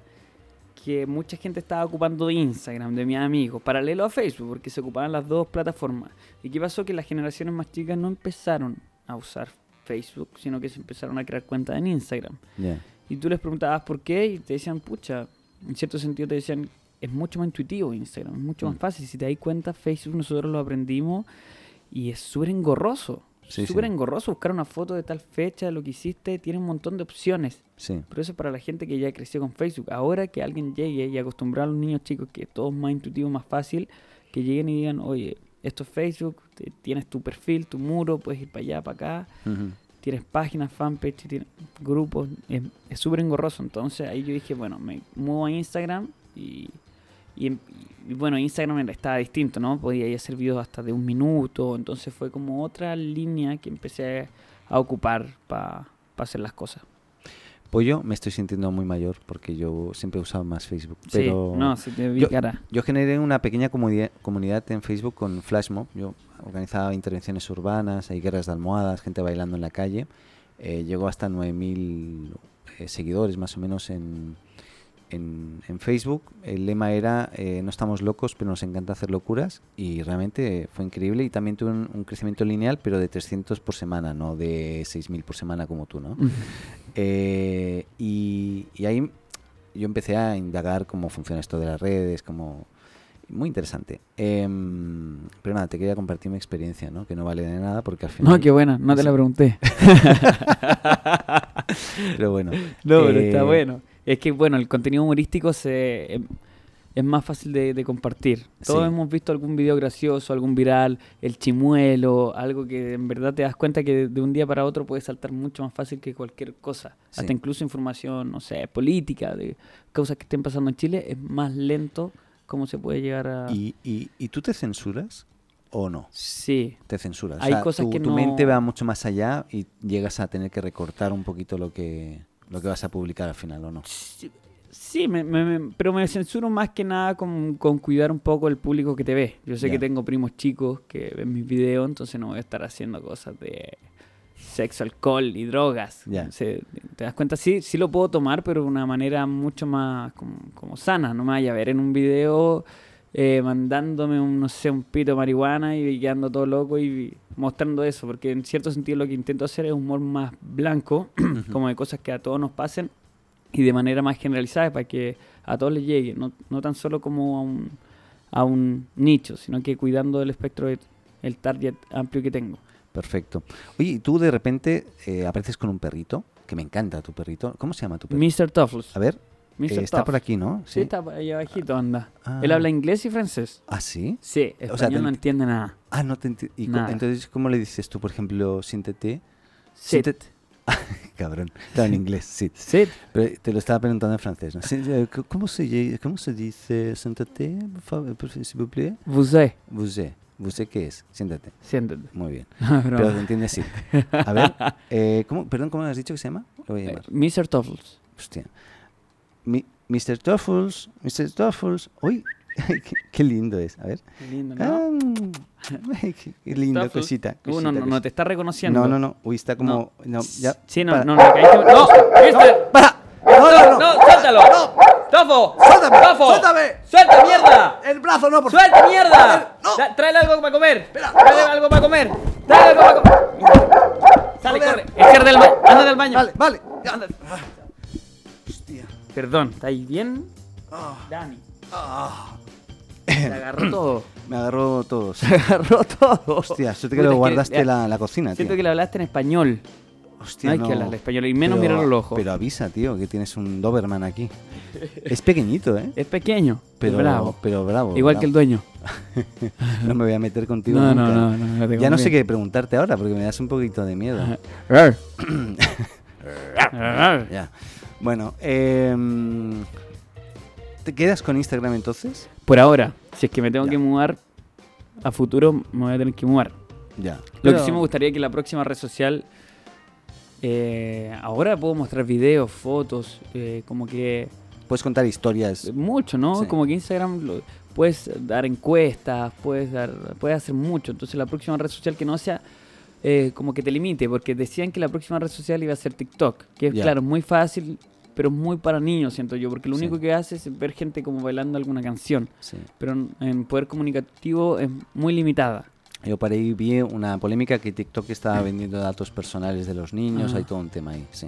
[SPEAKER 3] que mucha gente estaba ocupando de Instagram, de mis amigos, paralelo a Facebook, porque se ocupaban las dos plataformas. ¿Y qué pasó? Que las generaciones más chicas no empezaron a usar Facebook, sino que se empezaron a crear cuentas en Instagram.
[SPEAKER 2] Ya.
[SPEAKER 3] Y tú les preguntabas por qué y te decían, pucha, en cierto sentido te decían, es mucho más intuitivo Instagram, es mucho más
[SPEAKER 2] Mm.
[SPEAKER 3] fácil. Si te das cuenta, Facebook nosotros lo aprendimos y es súper engorroso.
[SPEAKER 2] Sí,
[SPEAKER 3] súper
[SPEAKER 2] sí.
[SPEAKER 3] engorroso buscar una foto de tal fecha, lo que hiciste, tiene un montón de opciones.
[SPEAKER 2] Sí,
[SPEAKER 3] Pero eso es para la gente que ya creció con Facebook. Ahora que alguien llegue y acostumbrar a los niños chicos, que todo es más intuitivo, más fácil, que lleguen y digan, oye, esto es Facebook, te- tienes tu perfil, tu muro, puedes ir para allá, para acá,
[SPEAKER 2] Ujú.
[SPEAKER 3] tienes páginas, fanpage, tienes grupos, es es súper engorroso. Entonces ahí yo dije, bueno, me muevo a Instagram y, y em- y bueno, Instagram era- estaba distinto, ¿no? Podía ir a hacer videos hasta de un minuto, entonces fue como otra línea que empecé a ocupar para hacer las cosas.
[SPEAKER 2] Pues yo me estoy sintiendo muy mayor porque yo siempre he usado más Facebook. Pero
[SPEAKER 3] sí, no, se te vi
[SPEAKER 2] yo-
[SPEAKER 3] cara.
[SPEAKER 2] Yo generé una pequeña comuni- comunidad en Facebook con Flashmob. Yo organizaba intervenciones urbanas, hay guerras de almohadas, gente bailando en la calle. Eh, llegó hasta 9.000 eh, seguidores más o menos en, en, en Facebook. El lema era eh, no estamos locos, pero nos encanta hacer locuras. Y realmente fue increíble. Y también tuve un, un crecimiento lineal, pero de 300 por semana, no de 6.000 por semana como tú, ¿no? Eh, y, y ahí yo empecé a indagar cómo funciona esto de las redes, como muy interesante. Em, pero nada, te quería compartir mi experiencia, ¿no? Que no vale de nada porque al final.
[SPEAKER 3] No, qué buena, no te la pregunté.
[SPEAKER 2] Pero bueno.
[SPEAKER 3] No, pero
[SPEAKER 2] Eh,
[SPEAKER 3] está bueno. Es que, bueno, el contenido humorístico se, em, es más fácil de, de compartir. Todos
[SPEAKER 2] Sí.
[SPEAKER 3] hemos visto algún video gracioso, algún viral, el chimuelo, algo que en verdad te das cuenta que de, de un día para otro puede saltar mucho más fácil que cualquier cosa.
[SPEAKER 2] Sí.
[SPEAKER 3] Hasta incluso información, no sé, política, de cosas que estén pasando en Chile, es más lento cómo se puede llegar a...
[SPEAKER 2] ¿Y, y, y tú te censuras o no?
[SPEAKER 3] Sí,
[SPEAKER 2] Te censuras. O
[SPEAKER 3] Hay
[SPEAKER 2] sea,
[SPEAKER 3] cosas
[SPEAKER 2] tu,
[SPEAKER 3] que
[SPEAKER 2] tu mente
[SPEAKER 3] no-
[SPEAKER 2] va mucho más allá y llegas a tener que recortar un poquito lo que lo que vas a publicar al final o no.
[SPEAKER 3] Sí, sí, me- me- me- pero me censuro más que nada con, con cuidar un poco el público que te ve. Yo sé que
[SPEAKER 2] Ya.
[SPEAKER 3] tengo primos chicos que ven mis videos, entonces no voy a estar haciendo cosas de sexo, alcohol y drogas.
[SPEAKER 2] Ya.
[SPEAKER 3] Se- ¿Te das cuenta? Sí, sí lo puedo tomar, pero de una manera mucho más como, como sana. No me vaya a ver en un video eh, mandándome un, no sé, un pito de marihuana y quedando todo loco y mostrando eso, porque en cierto sentido lo que intento hacer es humor más blanco, como de cosas que a todos nos pasen y de manera más generalizada para que a todos les llegue, no, no tan solo como a un, a un nicho, sino que cuidando el espectro, de- el target amplio que tengo.
[SPEAKER 2] Perfecto. Oye, y tú de repente eh, apareces con un perrito, que me encanta tu perrito. ¿Cómo se llama tu perrito?
[SPEAKER 3] Mr. Tuffles.
[SPEAKER 2] A ver,
[SPEAKER 3] Mr.
[SPEAKER 2] eh, está por
[SPEAKER 3] Tuffles.
[SPEAKER 2] aquí, ¿no?
[SPEAKER 3] Sí, está ahí abajito, anda.
[SPEAKER 2] Ah.
[SPEAKER 3] Él habla inglés y francés.
[SPEAKER 2] ¿Ah, sí?
[SPEAKER 3] Sí,
[SPEAKER 2] te
[SPEAKER 3] español
[SPEAKER 2] ent-
[SPEAKER 3] no entiende nada.
[SPEAKER 2] Ah, no te enti- y co-
[SPEAKER 3] Nada.
[SPEAKER 2] Entonces, ¿cómo le dices tú, por ejemplo, siéntete?
[SPEAKER 3] Sit.
[SPEAKER 2] Siéntete. Cabrón. Claro, en inglés, sí.
[SPEAKER 3] Sit.
[SPEAKER 2] Pero te lo estaba preguntando en francés, ¿no? Sí, eh, c- ¿Cómo se, lle- cómo se dice siéntate, por favor, por favor, s'il vous plaît?
[SPEAKER 3] Vous êtes.
[SPEAKER 2] Vous êtes. Vous êtes, qué es? Siéntate.
[SPEAKER 3] Siéntate.
[SPEAKER 2] Muy bien.
[SPEAKER 3] No, broma.
[SPEAKER 2] Pero te entiendes, sí. A ver, eh, ¿cómo, perdón, ¿cómo has dicho que se llama? Lo voy a
[SPEAKER 3] Eh,
[SPEAKER 2] llamar.
[SPEAKER 3] Mr. Tuffles.
[SPEAKER 2] Hostia. Mi- Mr. Tuffles, Mr. Tuffles. Uy, qué, qué lindo es. A ver.
[SPEAKER 3] Lindo,
[SPEAKER 2] Ah,
[SPEAKER 3] ¿no?
[SPEAKER 2] mm, ay, qué qué lindo,
[SPEAKER 3] Tuffles.
[SPEAKER 2] cosita.
[SPEAKER 3] Uh,
[SPEAKER 2] cosita,
[SPEAKER 3] no, no, no,
[SPEAKER 2] cosita.
[SPEAKER 3] te está reconociendo.
[SPEAKER 2] No, no, no. Uy, está como. No, ya.
[SPEAKER 3] Sí, no,
[SPEAKER 2] para.
[SPEAKER 3] no, no, caíste. ¡No! ¡Mister!
[SPEAKER 2] ¡Para! ¡No, no, no!
[SPEAKER 3] suéltalo! ¡Tofo!
[SPEAKER 2] ¡Suéltame!
[SPEAKER 3] ¡Tofo!
[SPEAKER 2] ¡Suéltame!
[SPEAKER 3] ¡Suelta, mierda!
[SPEAKER 2] ¡El brazo no, por
[SPEAKER 3] ¡Suelta, mierda!
[SPEAKER 2] ¡No!
[SPEAKER 3] Da- ¡Tráele algo para comer! ¡Tráele algo para comer! ¡Tráele algo para comer! ¡Sale,
[SPEAKER 2] Joder.
[SPEAKER 3] corre! ¡Enciérrate del baño! ¡Ándate al baño!
[SPEAKER 2] Vale, vale. ya. Ah, Hostia.
[SPEAKER 3] Perdón, ¿estáis bien?
[SPEAKER 2] Ah,
[SPEAKER 3] Dani,
[SPEAKER 2] ah.
[SPEAKER 3] te agarró todo.
[SPEAKER 2] Me agarró todos.
[SPEAKER 3] agarró todo.
[SPEAKER 2] Hostia, suerte
[SPEAKER 3] Puta,
[SPEAKER 2] que
[SPEAKER 3] es
[SPEAKER 2] lo guardaste
[SPEAKER 3] ya,
[SPEAKER 2] la, la cocina, tío.
[SPEAKER 3] Siento que le hablaste en español.
[SPEAKER 2] Hostia,
[SPEAKER 3] no hay que hablarle español, y menos mirar el ojo.
[SPEAKER 2] Pero avisa, tío, que tienes un Doberman aquí. Es pequeñito, ¿eh?
[SPEAKER 3] Es pequeño,
[SPEAKER 2] Pero
[SPEAKER 3] pero bravo.
[SPEAKER 2] Pero bravo.
[SPEAKER 3] Igual que el dueño.
[SPEAKER 2] dueño. No me voy a meter contigo.
[SPEAKER 3] No, no,
[SPEAKER 2] nunca.
[SPEAKER 3] no, no, no te
[SPEAKER 2] Ya no sé
[SPEAKER 3] conviene.
[SPEAKER 2] qué preguntarte ahora porque me das un poquito de miedo. Ya. Bueno, em, ¿te quedas con Instagram entonces?
[SPEAKER 3] Por ahora, si es que me tengo
[SPEAKER 2] Ya.
[SPEAKER 3] que mudar a futuro, me voy a tener que mudar.
[SPEAKER 2] Ya.
[SPEAKER 3] Lo que sí me gustaría que la próxima red social. eh, ahora puedo mostrar videos, fotos, eh, como que.
[SPEAKER 2] Puedes contar historias.
[SPEAKER 3] Mucho, ¿no?
[SPEAKER 2] Sí.
[SPEAKER 3] Como que Instagram lo- puedes dar encuestas, puedes, dar, puedes hacer mucho. Entonces la próxima red social que no sea eh, como que te limite, porque decían que la próxima red social iba a ser TikTok, que es
[SPEAKER 2] Ya.
[SPEAKER 3] claro, muy fácil, pero muy para niños, siento yo, porque lo
[SPEAKER 2] Sí.
[SPEAKER 3] único que hace es ver gente como bailando alguna canción,
[SPEAKER 2] Sí.
[SPEAKER 3] pero en- en poder comunicativo es muy limitada.
[SPEAKER 2] Yo para ahí vi una polémica que TikTok estaba vendiendo datos personales de los niños,
[SPEAKER 3] Ah.
[SPEAKER 2] hay todo un tema ahí, sí.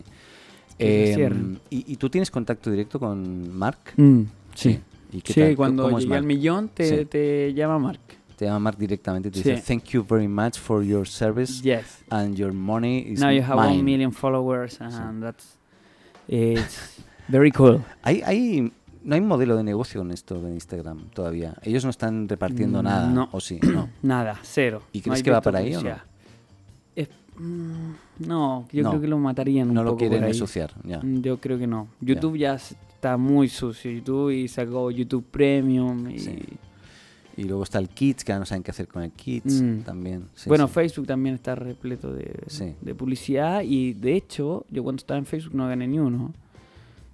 [SPEAKER 3] Que se
[SPEAKER 2] Em,
[SPEAKER 3] cierren.
[SPEAKER 2] ¿y, y tú tienes contacto directo con Mark?
[SPEAKER 3] Mm, sí.
[SPEAKER 2] ¿Y qué
[SPEAKER 3] Sí,
[SPEAKER 2] tal?
[SPEAKER 3] cuando
[SPEAKER 2] ¿Cómo es
[SPEAKER 3] llegué al
[SPEAKER 2] Mark?
[SPEAKER 3] millón te,
[SPEAKER 2] Sí.
[SPEAKER 3] te llama Mark.
[SPEAKER 2] te llama Mark directamente y te dice,
[SPEAKER 3] Sí.
[SPEAKER 2] thank you very much for your service
[SPEAKER 3] Yes.
[SPEAKER 2] and your money is
[SPEAKER 3] Now you have
[SPEAKER 2] mine.
[SPEAKER 3] one million followers and that's it's very cool.
[SPEAKER 2] Hay, hay- no hay modelo de negocio en esto de Instagram todavía. Ellos no están repartiendo
[SPEAKER 3] Mm,
[SPEAKER 2] nada.
[SPEAKER 3] no.
[SPEAKER 2] ¿O sí? No.
[SPEAKER 3] Nada, cero.
[SPEAKER 2] ¿Y
[SPEAKER 3] No
[SPEAKER 2] crees
[SPEAKER 3] hay
[SPEAKER 2] que va
[SPEAKER 3] visto
[SPEAKER 2] para ahí o no?
[SPEAKER 3] publicidad. Es- mm, no, yo
[SPEAKER 2] No.
[SPEAKER 3] creo que lo matarían un
[SPEAKER 2] No lo
[SPEAKER 3] poco por
[SPEAKER 2] quieren
[SPEAKER 3] ahí.
[SPEAKER 2] asociar. Ya.
[SPEAKER 3] Mm, Yo creo que no. YouTube ya s- está muy sucio. YouTube y sacó YouTube Premium. Y...
[SPEAKER 2] Sí. Y luego está el Kids, que ahora no saben qué hacer con el Kids
[SPEAKER 3] Mm.
[SPEAKER 2] también. Sí,
[SPEAKER 3] bueno,
[SPEAKER 2] sí.
[SPEAKER 3] Facebook también está repleto de,
[SPEAKER 2] Sí.
[SPEAKER 3] de publicidad. Y de hecho, yo cuando estaba en Facebook no gané ni uno.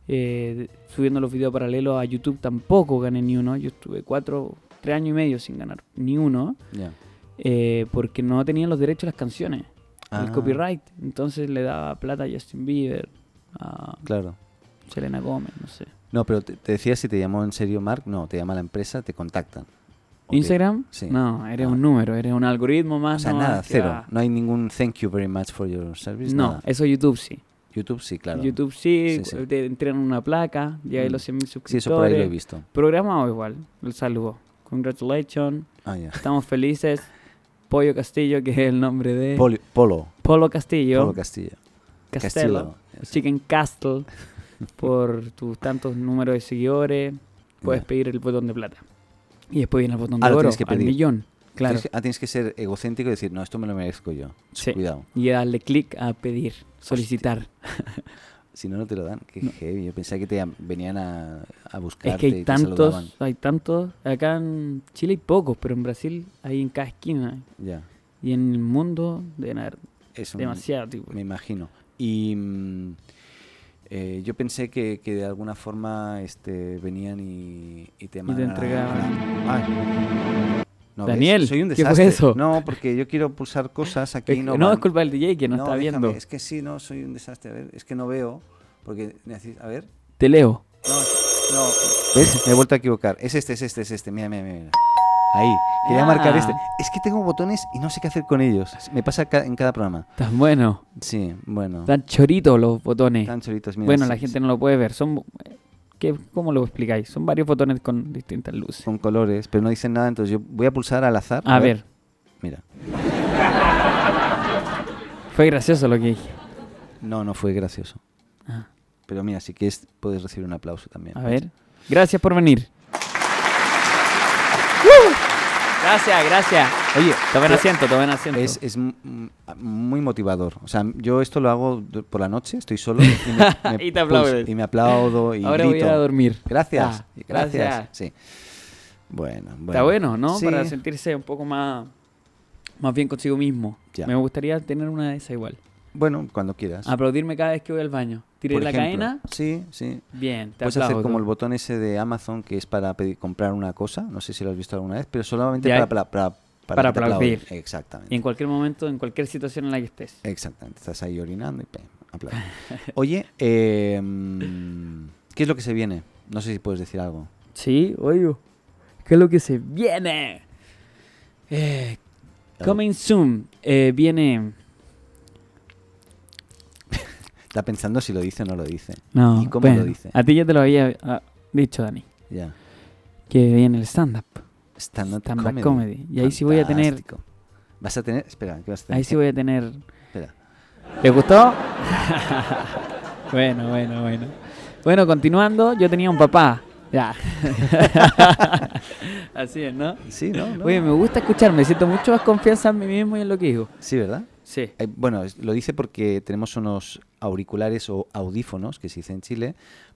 [SPEAKER 3] Eh, de- subiendo los videos paralelos a YouTube tampoco gané ni uno. Yo estuve cuatro, tres años y medio sin ganar ni uno.
[SPEAKER 2] Ya.
[SPEAKER 3] eh, porque no tenía los derechos a las canciones.
[SPEAKER 2] Ah,
[SPEAKER 3] el copyright. Entonces le daba plata a Justin Bieber, a
[SPEAKER 2] Claro.
[SPEAKER 3] Selena Gomez, no sé.
[SPEAKER 2] No, pero te, te decía si te llamó en serio Mark. No, te llama la empresa, te contactan. ¿O te-
[SPEAKER 3] ¿Instagram?
[SPEAKER 2] Sí.
[SPEAKER 3] No, eres
[SPEAKER 2] Ah.
[SPEAKER 3] un número, eres un algoritmo
[SPEAKER 2] O
[SPEAKER 3] más.
[SPEAKER 2] sea,
[SPEAKER 3] no,
[SPEAKER 2] nada,
[SPEAKER 3] es que
[SPEAKER 2] cero.
[SPEAKER 3] va.
[SPEAKER 2] No hay ningún thank you very much for your service.
[SPEAKER 3] No,
[SPEAKER 2] nada.
[SPEAKER 3] eso YouTube sí.
[SPEAKER 2] YouTube sí, claro.
[SPEAKER 3] YouTube sí,
[SPEAKER 2] Sí, sí.
[SPEAKER 3] cu- te entregan una placa, ya hay
[SPEAKER 2] Mm.
[SPEAKER 3] los 100.000
[SPEAKER 2] Sí,
[SPEAKER 3] suscriptores.
[SPEAKER 2] eso por ahí lo he visto.
[SPEAKER 3] Programado igual, el saludo. Congratulations,
[SPEAKER 2] Ah, ya.
[SPEAKER 3] estamos felices. Pollo Castillo, que es el nombre de...
[SPEAKER 2] Poli- Polo.
[SPEAKER 3] Polo Castillo.
[SPEAKER 2] Polo Castillo.
[SPEAKER 3] Castello. Chicken Castle por tus tantos números de seguidores. Puedes
[SPEAKER 2] Ya.
[SPEAKER 3] pedir el botón de plata. Y después viene el botón
[SPEAKER 2] Ah,
[SPEAKER 3] de
[SPEAKER 2] lo
[SPEAKER 3] oro,
[SPEAKER 2] tienes que
[SPEAKER 3] al
[SPEAKER 2] pedir.
[SPEAKER 3] millón. Claro.
[SPEAKER 2] Tienes que- ah, tienes que ser egocéntrico y decir, no, esto me lo merezco yo.
[SPEAKER 3] Sí.
[SPEAKER 2] Cuidado.
[SPEAKER 3] Y darle clic a pedir, solicitar.
[SPEAKER 2] Si no, no te lo dan. Qué heavy. Yo pensaba que te am- venían a, a buscarte.
[SPEAKER 3] Es que
[SPEAKER 2] y
[SPEAKER 3] hay
[SPEAKER 2] te saludaban.
[SPEAKER 3] tantos, hay tantos. Acá en Chile hay pocos, pero en Brasil hay en cada esquina.
[SPEAKER 2] Ya.
[SPEAKER 3] Y en el mundo deben haber
[SPEAKER 2] Es un-
[SPEAKER 3] demasiado tipo.
[SPEAKER 2] Me imagino. Y mm, eh, yo pensé que, que de alguna forma este, venían y, y te mandaban. a-
[SPEAKER 3] entregaban.
[SPEAKER 2] Ay. No, ¿ves?
[SPEAKER 3] Daniel,
[SPEAKER 2] soy un
[SPEAKER 3] ¿qué fue
[SPEAKER 2] desastre.
[SPEAKER 3] eso?
[SPEAKER 2] No, porque yo quiero pulsar cosas aquí.
[SPEAKER 3] Es-
[SPEAKER 2] no,
[SPEAKER 3] no,
[SPEAKER 2] van.
[SPEAKER 3] es culpa del DJ que no, está
[SPEAKER 2] déjame,
[SPEAKER 3] viendo.
[SPEAKER 2] Es que sí, no, soy un desastre. A ver, es que no veo. Porque necesito. A ver.
[SPEAKER 3] Te leo.
[SPEAKER 2] No, no. ¿Ves? Me he vuelto a equivocar. Es este, es este, es este. Mira, mira, mira. mira. Ahí. Quería
[SPEAKER 3] Ah.
[SPEAKER 2] marcar este. Es que tengo botones y no sé qué hacer con ellos. Me pasa ca- en cada programa.
[SPEAKER 3] Estás bueno.
[SPEAKER 2] Sí, bueno.
[SPEAKER 3] Están choritos los botones.
[SPEAKER 2] Tan solitos, mira,
[SPEAKER 3] bueno,
[SPEAKER 2] sí,
[SPEAKER 3] la
[SPEAKER 2] sí.
[SPEAKER 3] gente no lo puede ver. Son ¿qué, ¿Cómo lo explicáis? Son varios botones con distintas luces.
[SPEAKER 2] Con colores, pero no dicen nada, entonces yo voy a pulsar al azar.
[SPEAKER 3] A ver,
[SPEAKER 2] Mira.
[SPEAKER 3] fue gracioso lo que dije.
[SPEAKER 2] No, no fue gracioso.
[SPEAKER 3] Ah,
[SPEAKER 2] Pero mira, si quieres, puedes recibir un aplauso también.
[SPEAKER 3] a ver. Gracias por venir. Gracias, gracias.
[SPEAKER 2] Oye,
[SPEAKER 3] Tomen
[SPEAKER 2] pero-
[SPEAKER 3] asiento, tomen asiento.
[SPEAKER 2] Es, es m- m- muy motivador. O sea, yo esto lo hago du- por la noche, estoy solo y me, me
[SPEAKER 3] Y te
[SPEAKER 2] pulso,
[SPEAKER 3] aplaudes.
[SPEAKER 2] y me aplaudo y
[SPEAKER 3] Ahora voy
[SPEAKER 2] grito.
[SPEAKER 3] a ir a dormir.
[SPEAKER 2] Gracias,
[SPEAKER 3] Ah,
[SPEAKER 2] gracias.
[SPEAKER 3] gracias.
[SPEAKER 2] Sí. Bueno, bueno.
[SPEAKER 3] Está bueno, ¿no?
[SPEAKER 2] Sí,
[SPEAKER 3] Para sentirse un poco más, más bien consigo mismo.
[SPEAKER 2] Ya.
[SPEAKER 3] Me gustaría tener una de esas igual.
[SPEAKER 2] Bueno, cuando quieras.
[SPEAKER 3] Aplaudirme cada vez que voy al baño. Tiré
[SPEAKER 2] Por
[SPEAKER 3] la
[SPEAKER 2] ejemplo.
[SPEAKER 3] cadena.
[SPEAKER 2] Sí, sí.
[SPEAKER 3] Bien, te
[SPEAKER 2] Puedes
[SPEAKER 3] aplaudo.
[SPEAKER 2] hacer como el botón ese de Amazon que es para pedir- comprar una cosa. No sé si lo has visto alguna vez, pero solamente
[SPEAKER 3] Ya.
[SPEAKER 2] para, para, para,
[SPEAKER 3] Para
[SPEAKER 2] que te aplaudan.
[SPEAKER 3] aplaudir.
[SPEAKER 2] Exactamente.
[SPEAKER 3] Y en cualquier momento, en cualquier situación en la que estés.
[SPEAKER 2] Exactamente. Estás ahí orinando y pam, aplaudir. Oye, eh, mm, ¿qué es lo que se viene? No sé si puedes decir algo.
[SPEAKER 3] Sí, oigo. ¿Qué es lo que se viene? Eh,
[SPEAKER 2] Claro.
[SPEAKER 3] coming soon. Eh, viene.
[SPEAKER 2] Está pensando si lo dice o no lo dice.
[SPEAKER 3] No,
[SPEAKER 2] ¿Y cómo
[SPEAKER 3] bueno,
[SPEAKER 2] lo dice?
[SPEAKER 3] A ti ya te lo había ah, dicho, Dani.
[SPEAKER 2] Ya.
[SPEAKER 3] Que viene el stand-up.
[SPEAKER 2] Stand-up
[SPEAKER 3] Stand-up
[SPEAKER 2] comedy.
[SPEAKER 3] comedy. Y ahí sí voy a tener.
[SPEAKER 2] Fantástico. Vas a tener. Espera, ¿qué vas a tener?
[SPEAKER 3] Ahí sí voy a tener.
[SPEAKER 2] Espera.
[SPEAKER 3] ¿Les gustó? bueno, bueno, bueno. Bueno, continuando, yo tenía un papá. Ya. Así es, ¿no?
[SPEAKER 2] Sí, ¿no? ¿No?
[SPEAKER 3] Oye, me gusta escucharme, siento mucho más confianza en mí mismo y en lo que digo.
[SPEAKER 2] Sí, ¿verdad?
[SPEAKER 3] Sí.
[SPEAKER 2] Eh, Bueno, es- lo dice porque tenemos unos auriculares o audífonos, que se dice en Chile,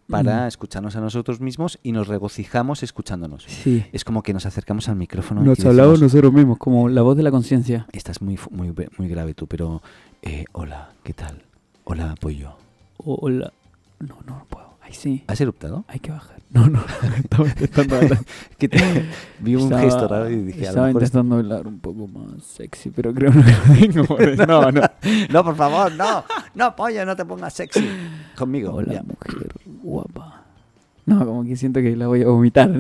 [SPEAKER 2] para
[SPEAKER 3] Mm.
[SPEAKER 2] escucharnos a nosotros mismos y nos regocijamos escuchándonos.
[SPEAKER 3] Sí.
[SPEAKER 2] Es como que nos acercamos al micrófono.
[SPEAKER 3] Nos
[SPEAKER 2] y le
[SPEAKER 3] hablamos
[SPEAKER 2] decimos,
[SPEAKER 3] nosotros mismos, como la voz de la conciencia.
[SPEAKER 2] Estás muy, fu- muy, ve- muy grave tú, pero eh, hola, ¿qué tal? Hola, apoyo.
[SPEAKER 3] O, o la... No, no, no puedo. Ahí sí.
[SPEAKER 2] ¿Has eruptado?
[SPEAKER 3] Hay que bajar. No, no. Estaba intentando hablar.
[SPEAKER 2] Que te- Vi un
[SPEAKER 3] Estaba-
[SPEAKER 2] gesto raro y dije, a lo
[SPEAKER 3] Estaba
[SPEAKER 2] mejor...
[SPEAKER 3] intentando hablar un poco más sexy, pero creo no que no. No, no.
[SPEAKER 2] No, por favor, no. No, apoyo, no te pongas sexy. Conmigo.
[SPEAKER 3] Hola,
[SPEAKER 2] ya.
[SPEAKER 3] mujer guapa. No, como que siento que la voy a vomitar.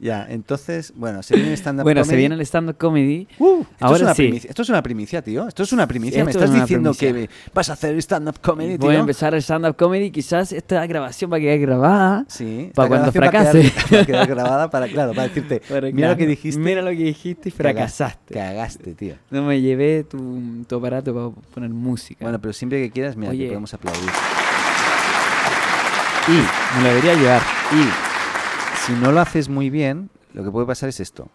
[SPEAKER 2] Ya, entonces, bueno, se viene el stand-up
[SPEAKER 3] Bueno,
[SPEAKER 2] comedy.
[SPEAKER 3] se viene el stand-up comedy.
[SPEAKER 2] Uh, esto,
[SPEAKER 3] Ahora
[SPEAKER 2] es una
[SPEAKER 3] sí.
[SPEAKER 2] primicia, esto es una primicia, tío. Esto es una primicia. Me
[SPEAKER 3] Esto
[SPEAKER 2] estás
[SPEAKER 3] es una
[SPEAKER 2] diciendo
[SPEAKER 3] primicia.
[SPEAKER 2] que vas a hacer stand-up comedy,
[SPEAKER 3] Voy a
[SPEAKER 2] tío.
[SPEAKER 3] empezar el stand-up comedy. Quizás esta grabación va a quedar grabada.
[SPEAKER 2] Sí, esta
[SPEAKER 3] Para cuando
[SPEAKER 2] grabación va a quedar-
[SPEAKER 3] fracase.
[SPEAKER 2] va a quedar grabada para, claro, para decirte,
[SPEAKER 3] Pero
[SPEAKER 2] mira
[SPEAKER 3] claro,
[SPEAKER 2] lo que dijiste.
[SPEAKER 3] Mira lo que dijiste y fracasaste.
[SPEAKER 2] Cagaste, tío.
[SPEAKER 3] No me llevé tu, tu aparato para poner música.
[SPEAKER 2] Bueno, pero siempre que quieras, mira, te
[SPEAKER 3] Oye.
[SPEAKER 2] podemos aplaudir.
[SPEAKER 3] y me lo debería llevar.
[SPEAKER 2] Y si no lo haces muy bien, lo que puede pasar es esto.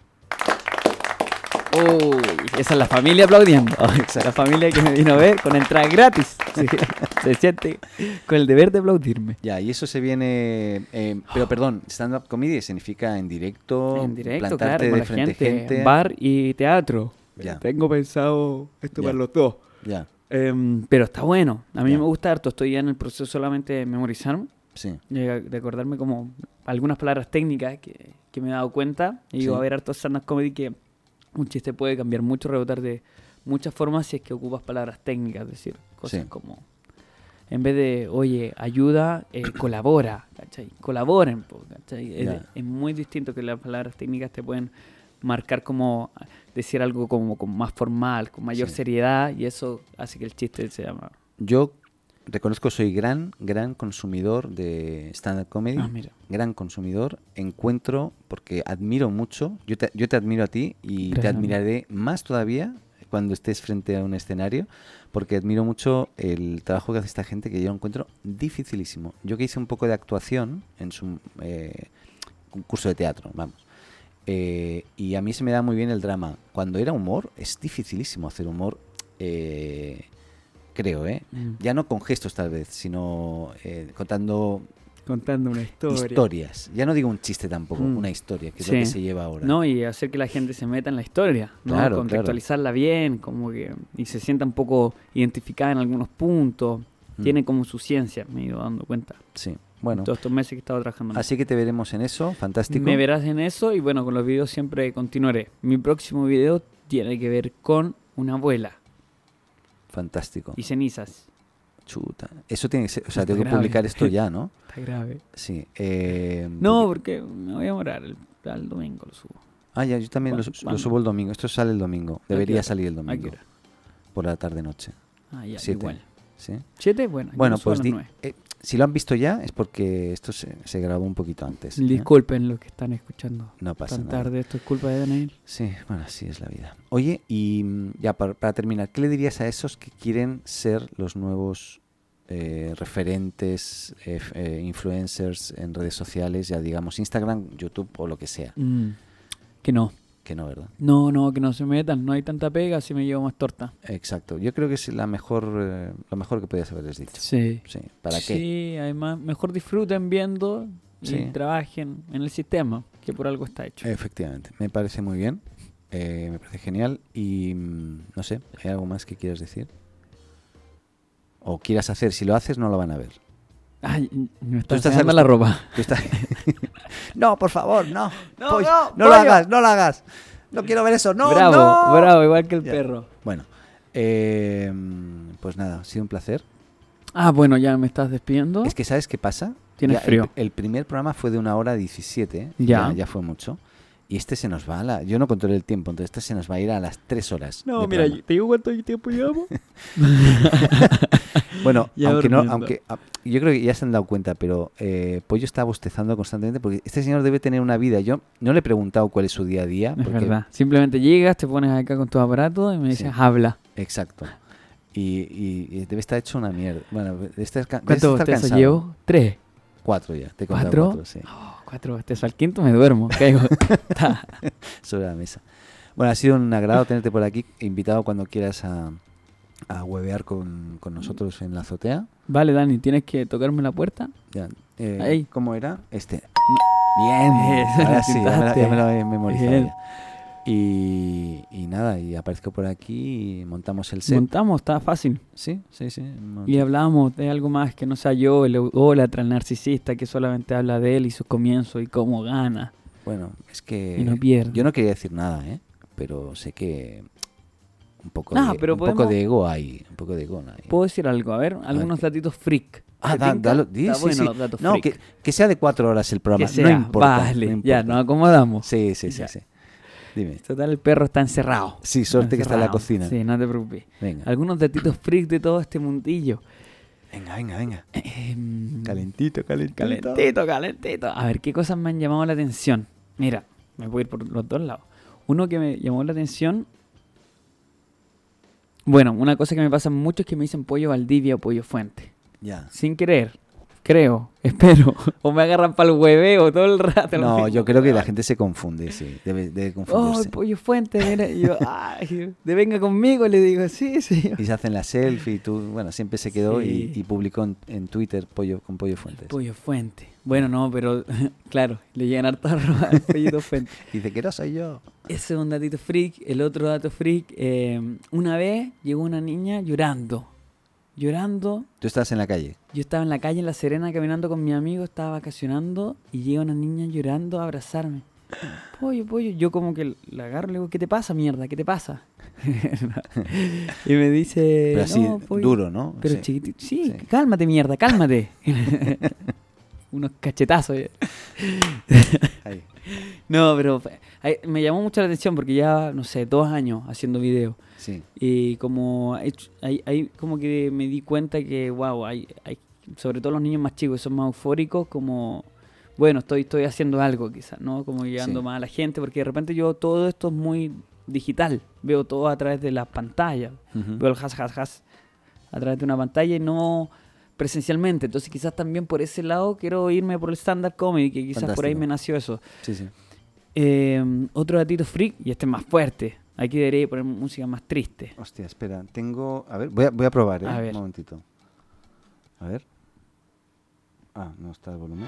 [SPEAKER 3] Uy, esa es la familia aplaudiendo. la familia que me vino a ver con entrada gratis. Se, se siente con el deber de aplaudirme.
[SPEAKER 2] Ya, y eso se viene... eh, pero perdón, stand-up comedy significa en directo,
[SPEAKER 3] En directo,
[SPEAKER 2] plantarte
[SPEAKER 3] claro, con
[SPEAKER 2] de
[SPEAKER 3] la
[SPEAKER 2] frente
[SPEAKER 3] gente,
[SPEAKER 2] a gente.
[SPEAKER 3] Bar y teatro.
[SPEAKER 2] Ya.
[SPEAKER 3] Tengo pensado esto
[SPEAKER 2] Ya.
[SPEAKER 3] para los dos.
[SPEAKER 2] Ya,
[SPEAKER 3] Em, pero está bueno. A mí
[SPEAKER 2] Ya.
[SPEAKER 3] me gusta harto. Estoy ya en el proceso solamente de memorizarme.
[SPEAKER 2] sí.
[SPEAKER 3] de de acordarme como algunas palabras técnicas que, que me he dado cuenta. Y digo,
[SPEAKER 2] Sí.
[SPEAKER 3] a ver, harto stand-up comedy que un chiste puede cambiar mucho, rebotar de muchas formas si es que ocupas palabras técnicas, es decir, cosas
[SPEAKER 2] Sí.
[SPEAKER 3] como, en vez de, oye, ayuda, eh, colabora, ¿cachai? Colaboren, po, ¿cachai? Es,
[SPEAKER 2] Ya.
[SPEAKER 3] es muy distinto que las palabras técnicas te pueden marcar como decir algo como, como más formal, con mayor
[SPEAKER 2] Sí.
[SPEAKER 3] seriedad, y eso hace que el chiste sea más...
[SPEAKER 2] Yo reconozco soy gran, gran consumidor de stand-up comedy.
[SPEAKER 3] Ah, mira.
[SPEAKER 2] Gran consumidor. Encuentro, porque admiro mucho, yo te, yo te admiro a ti y te
[SPEAKER 3] Gracias, amigo.
[SPEAKER 2] admiraré más todavía cuando estés frente a un escenario, porque admiro mucho el trabajo que hace esta gente que yo lo encuentro dificilísimo. Yo que hice un poco de actuación en su eh, un curso de teatro, vamos. Eh, y a mí se me da muy bien el drama. Cuando era humor, es dificilísimo hacer humor, eh, creo, ¿eh?
[SPEAKER 3] Mm.
[SPEAKER 2] ya no con gestos tal vez, sino eh, contando
[SPEAKER 3] Contando una historia.
[SPEAKER 2] historias. Ya no digo un chiste tampoco,
[SPEAKER 3] Mm.
[SPEAKER 2] una historia, que es
[SPEAKER 3] Sí.
[SPEAKER 2] lo que se lleva ahora.
[SPEAKER 3] No, y hacer que la gente se meta en la historia, ¿no?
[SPEAKER 2] Claro,
[SPEAKER 3] contextualizarla bien, como que y se sienta un poco identificada en algunos puntos.
[SPEAKER 2] Mm.
[SPEAKER 3] Tiene como su ciencia, me he ido dando cuenta.
[SPEAKER 2] Sí, bueno. Ah,
[SPEAKER 3] Todos estos meses que he estado trabajando. en
[SPEAKER 2] Así que te veremos en eso,
[SPEAKER 3] eso.
[SPEAKER 2] fantástico.
[SPEAKER 3] me verás en eso y bueno, con los videos siempre continuaré. Mi próximo video tiene que ver con una abuela
[SPEAKER 2] Fantástico.
[SPEAKER 3] y cenizas.
[SPEAKER 2] Chuta. Eso tiene que ser, o sea,
[SPEAKER 3] Está
[SPEAKER 2] tengo que
[SPEAKER 3] grave.
[SPEAKER 2] publicar esto ya, ¿no?
[SPEAKER 3] Está grave.
[SPEAKER 2] Sí. eh,
[SPEAKER 3] No,
[SPEAKER 2] porque-
[SPEAKER 3] porque me voy a morar el, al domingo lo subo.
[SPEAKER 2] Ah, ya, yo también lo,
[SPEAKER 3] ¿Cuándo?
[SPEAKER 2] lo subo el domingo. Esto sale el domingo.
[SPEAKER 3] qué
[SPEAKER 2] Debería
[SPEAKER 3] hora?
[SPEAKER 2] salir el
[SPEAKER 3] ¿A qué
[SPEAKER 2] domingo.
[SPEAKER 3] hora?
[SPEAKER 2] Por la tarde-noche.
[SPEAKER 3] Ah, ya,
[SPEAKER 2] Siete.
[SPEAKER 3] igual.
[SPEAKER 2] ¿Sí?
[SPEAKER 3] ¿Siete? Bueno, yo
[SPEAKER 2] Bueno,
[SPEAKER 3] lo subo a
[SPEAKER 2] pues
[SPEAKER 3] las
[SPEAKER 2] di-
[SPEAKER 3] nueve.
[SPEAKER 2] eh, si lo han visto ya es porque esto se, se grabó un poquito antes. ¿eh?
[SPEAKER 3] Disculpen los que están escuchando.
[SPEAKER 2] No pasa
[SPEAKER 3] tan
[SPEAKER 2] nada.
[SPEAKER 3] tarde, esto es culpa de Daniel.
[SPEAKER 2] Sí, bueno, así es la vida. Oye, y mm, ya par- para, terminar, ¿qué le dirías a esos que quieren ser los nuevos eh, referentes, eh, f- eh, influencers en redes sociales, ya digamos Instagram, YouTube o lo que sea?
[SPEAKER 3] Mm. Que no.
[SPEAKER 2] Que no, ¿verdad?
[SPEAKER 3] No, no, que no se metan. No hay tanta pega, si me llevo más torta.
[SPEAKER 2] Exacto. Yo creo que es la mejor, eh, lo mejor que podías haberles dicho.
[SPEAKER 3] Sí.
[SPEAKER 2] Sí. ¿Para qué?
[SPEAKER 3] Sí, además, mejor disfruten viendo y
[SPEAKER 2] Sí.
[SPEAKER 3] trabajen en el sistema, que por algo está hecho.
[SPEAKER 2] Efectivamente. Me parece muy bien. eh, me parece genial. Y mm, no sé, ¿hay algo más que quieras decir? O quieras hacer. Si lo haces, no lo van a ver.
[SPEAKER 3] Ay, me
[SPEAKER 2] Tú
[SPEAKER 3] está
[SPEAKER 2] estás
[SPEAKER 3] sacando la ropa.
[SPEAKER 2] Tú estás- no, por favor, no.
[SPEAKER 3] No,
[SPEAKER 2] Pollo,
[SPEAKER 3] no,
[SPEAKER 2] lo
[SPEAKER 3] pollo.
[SPEAKER 2] hagas, no lo hagas. No quiero ver eso, no.
[SPEAKER 3] bravo,
[SPEAKER 2] no.
[SPEAKER 3] bravo, igual que el
[SPEAKER 2] Ya.
[SPEAKER 3] perro.
[SPEAKER 2] Bueno, eh, pues nada, ha sido un placer.
[SPEAKER 3] Ah, bueno, ya me estás despidiendo.
[SPEAKER 2] Es que ¿sabes qué pasa?
[SPEAKER 3] Tienes
[SPEAKER 2] Ya el-
[SPEAKER 3] frío.
[SPEAKER 2] El, primer programa fue de una hora 17.
[SPEAKER 3] Ya.
[SPEAKER 2] Ya fue mucho. Y este se nos va a la... Yo no controlé el tiempo, entonces este se nos va a ir a las 3 horas. de programa.
[SPEAKER 3] te digo cuánto tiempo llevamos.
[SPEAKER 2] Bueno,
[SPEAKER 3] Ya
[SPEAKER 2] aunque no,
[SPEAKER 3] durmiendo.
[SPEAKER 2] aunque a- yo creo que ya se han dado cuenta, pero eh, Pollo está bostezando constantemente porque este señor debe tener una vida. Yo no le he preguntado cuál es su día a día.
[SPEAKER 3] Es
[SPEAKER 2] porque-
[SPEAKER 3] verdad. Simplemente llegas, te pones acá con tu aparato y me dices,
[SPEAKER 2] Sí.
[SPEAKER 3] habla.
[SPEAKER 2] Exacto. Y, y- y debe estar hecho una mierda. Bueno, debe estar, ca- debes
[SPEAKER 3] ¿Cuántos
[SPEAKER 2] estar
[SPEAKER 3] bostezos
[SPEAKER 2] cansado.
[SPEAKER 3] llevo? Tres.
[SPEAKER 2] Cuatro ya. Te he contado
[SPEAKER 3] ¿Cuatro?
[SPEAKER 2] sí,
[SPEAKER 3] Oh, cuatro bostezos. Al quinto me duermo. Caigo. Ta.
[SPEAKER 2] sobre la mesa. Bueno, ha sido un agrado tenerte por aquí. Invitado cuando quieras a, a huevear con, con nosotros en la azotea.
[SPEAKER 3] Vale, Dani, tienes que tocarme la puerta.
[SPEAKER 2] Ya, eh,
[SPEAKER 3] Ahí.
[SPEAKER 2] ¿Cómo era? Este. Bien.
[SPEAKER 3] Bien,
[SPEAKER 2] Ahora sí, ya me, la- ya me lo he memorizado.
[SPEAKER 3] Bien.
[SPEAKER 2] ya. Y, y nada, y aparezco por aquí y montamos el set.
[SPEAKER 3] Montamos, está fácil.
[SPEAKER 2] sí, sí, sí. mon-
[SPEAKER 3] Y hablábamos de algo más que no sea yo, el ególatra, el narcisista que solamente habla de él y sus comienzos y cómo gana.
[SPEAKER 2] Bueno, es que
[SPEAKER 3] Y no pierde.
[SPEAKER 2] yo no quería decir nada, ¿eh? Pero sé que Un poco,
[SPEAKER 3] Nah,
[SPEAKER 2] de,
[SPEAKER 3] pero
[SPEAKER 2] un poco
[SPEAKER 3] podemos-
[SPEAKER 2] de ego hay. Un poco de ego hay.
[SPEAKER 3] Puedo decir algo, a ver, algunos
[SPEAKER 2] ok.
[SPEAKER 3] datitos freak.
[SPEAKER 2] Ah,
[SPEAKER 3] ¿Te
[SPEAKER 2] da,
[SPEAKER 3] tinca?
[SPEAKER 2] dalo- di,
[SPEAKER 3] Está
[SPEAKER 2] sí,
[SPEAKER 3] bueno
[SPEAKER 2] sí.
[SPEAKER 3] los datos
[SPEAKER 2] No,
[SPEAKER 3] freak.
[SPEAKER 2] que, que sea de cuatro horas el programa.
[SPEAKER 3] Que sea,
[SPEAKER 2] no importa.
[SPEAKER 3] vale,
[SPEAKER 2] no
[SPEAKER 3] ya,
[SPEAKER 2] importa.
[SPEAKER 3] nos acomodamos.
[SPEAKER 2] Sí, sí, sí,
[SPEAKER 3] Ya.
[SPEAKER 2] sí. Dime.
[SPEAKER 3] Total, el perro está encerrado.
[SPEAKER 2] Sí, suerte que está en la
[SPEAKER 3] Encerrado.
[SPEAKER 2] cocina.
[SPEAKER 3] Sí, no te preocupes.
[SPEAKER 2] Venga.
[SPEAKER 3] Algunos datitos freak de todo este mundillo.
[SPEAKER 2] Venga, venga, venga.
[SPEAKER 3] Em,
[SPEAKER 2] Calentito, calentito.
[SPEAKER 3] Calentito, calentito. A ver, ¿qué cosas me han llamado la atención? Mira, me puedo ir por los dos lados. Uno que me llamó la atención. Bueno, una cosa que me pasa mucho es que me dicen pollo Valdivia o pollo Fuente.
[SPEAKER 2] Ya.
[SPEAKER 3] Sin querer. Creo, espero. O me agarran para el hueveo todo el rato.
[SPEAKER 2] No, yo creo que la gente se confunde, sí. Debe, debe
[SPEAKER 3] Oh, el
[SPEAKER 2] confundirse.
[SPEAKER 3] pollo Fuente, mira. Y yo, ay, de venga conmigo, le digo, sí, sí.
[SPEAKER 2] y se hacen la selfie y tú, bueno, siempre se quedó y-
[SPEAKER 3] Sí.
[SPEAKER 2] y, publicó en, en Twitter pollo con Pollo Fuentes.
[SPEAKER 3] Pollo Fuente. Bueno, no, pero claro, le llegan harta arroba al pollito Fuente.
[SPEAKER 2] Dice que no soy yo.
[SPEAKER 3] Ese es un datito freak. El otro dato freak, eh, una vez llegó una niña llorando. Llorando.
[SPEAKER 2] Tú estás en la calle.
[SPEAKER 3] Yo estaba en la calle en La Serena caminando con mi amigo, estaba vacacionando y llega una niña llorando a abrazarme. Pollo, pollo. Yo como que la agarro y le digo, ¿qué te pasa, mierda? ¿Qué te pasa? y me dice...
[SPEAKER 2] Pero así,
[SPEAKER 3] Eh, "No, pollo".
[SPEAKER 2] duro, ¿no?
[SPEAKER 3] Pero
[SPEAKER 2] Sí.
[SPEAKER 3] chiquitito, sí,
[SPEAKER 2] Sí.
[SPEAKER 3] cálmate, mierda, cálmate. Unos cachetazos.
[SPEAKER 2] Ahí.
[SPEAKER 3] No, pero fue- ay, me llamó mucho la atención porque ya, no sé, dos años haciendo video.
[SPEAKER 2] Sí.
[SPEAKER 3] Y como, he hecho- ahí, ahí como que me di cuenta que, wow, hay, hay- sobre todo los niños más chicos, son más eufóricos, como, bueno, estoy, estoy haciendo algo quizás, ¿no? Como llegando
[SPEAKER 2] Sí.
[SPEAKER 3] más a la gente, porque de repente yo todo esto es muy digital, veo todo a través de las pantallas
[SPEAKER 2] Ujú.
[SPEAKER 3] veo el has, has, has a través de una pantalla y no presencialmente. Entonces quizás también por ese lado quiero irme por el stand-up comedy, que quizás por ahí
[SPEAKER 2] Fantástico.
[SPEAKER 3] me nació eso.
[SPEAKER 2] Sí, sí.
[SPEAKER 3] Eh, otro datito freak, y este es más fuerte. Aquí debería poner música más triste.
[SPEAKER 2] Hostia, espera, tengo. A ver, voy a, voy a probar, ¿eh?
[SPEAKER 3] A ver.
[SPEAKER 2] Un momentito. A ver. Ah, no está el volumen.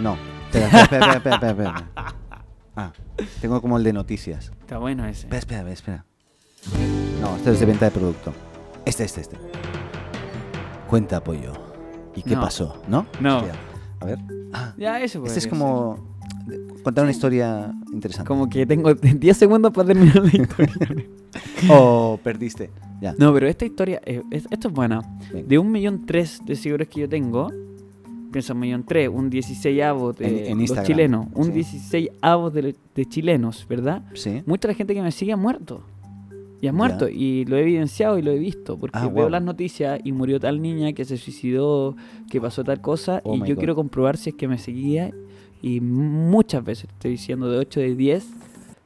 [SPEAKER 2] No. Espera, espera, espera, espera, espera, espera, espera. Ah, tengo como el de noticias.
[SPEAKER 3] Está bueno ese.
[SPEAKER 2] Espera, espera, espera. espera. No, este es de venta de producto. Este, este, este. Cuenta apoyo. ¿Y qué
[SPEAKER 3] No.
[SPEAKER 2] pasó? ¿No?
[SPEAKER 3] No.
[SPEAKER 2] Hostia. A ver. Ah,
[SPEAKER 3] Ya, eso
[SPEAKER 2] este es
[SPEAKER 3] podría
[SPEAKER 2] como. de- Contar una historia
[SPEAKER 3] ser.
[SPEAKER 2] interesante.
[SPEAKER 3] Como que tengo 10 segundos para terminar la historia.
[SPEAKER 2] O Oh, perdiste. Ya.
[SPEAKER 3] no, pero esta historia, eh, es- esto es buena.
[SPEAKER 2] venga.
[SPEAKER 3] De un millón tres de seguidores que yo tengo, piensa un millón tres, un 16 avos de
[SPEAKER 2] En- en
[SPEAKER 3] los
[SPEAKER 2] Instagram,
[SPEAKER 3] chilenos, un
[SPEAKER 2] sí.
[SPEAKER 3] 16 avos de, de chilenos, ¿verdad?
[SPEAKER 2] Sí.
[SPEAKER 3] mucha de la gente que me sigue ha muerto. Y
[SPEAKER 2] Ya.
[SPEAKER 3] ha muerto. Y lo he evidenciado y lo he visto. Porque
[SPEAKER 2] Ah,
[SPEAKER 3] veo
[SPEAKER 2] guau.
[SPEAKER 3] las noticias y murió tal niña que se suicidó, que pasó tal cosa.
[SPEAKER 2] Oh
[SPEAKER 3] y
[SPEAKER 2] my
[SPEAKER 3] yo
[SPEAKER 2] God.
[SPEAKER 3] quiero comprobar si es que me seguía. Y muchas veces, te estoy diciendo de 8 de 10.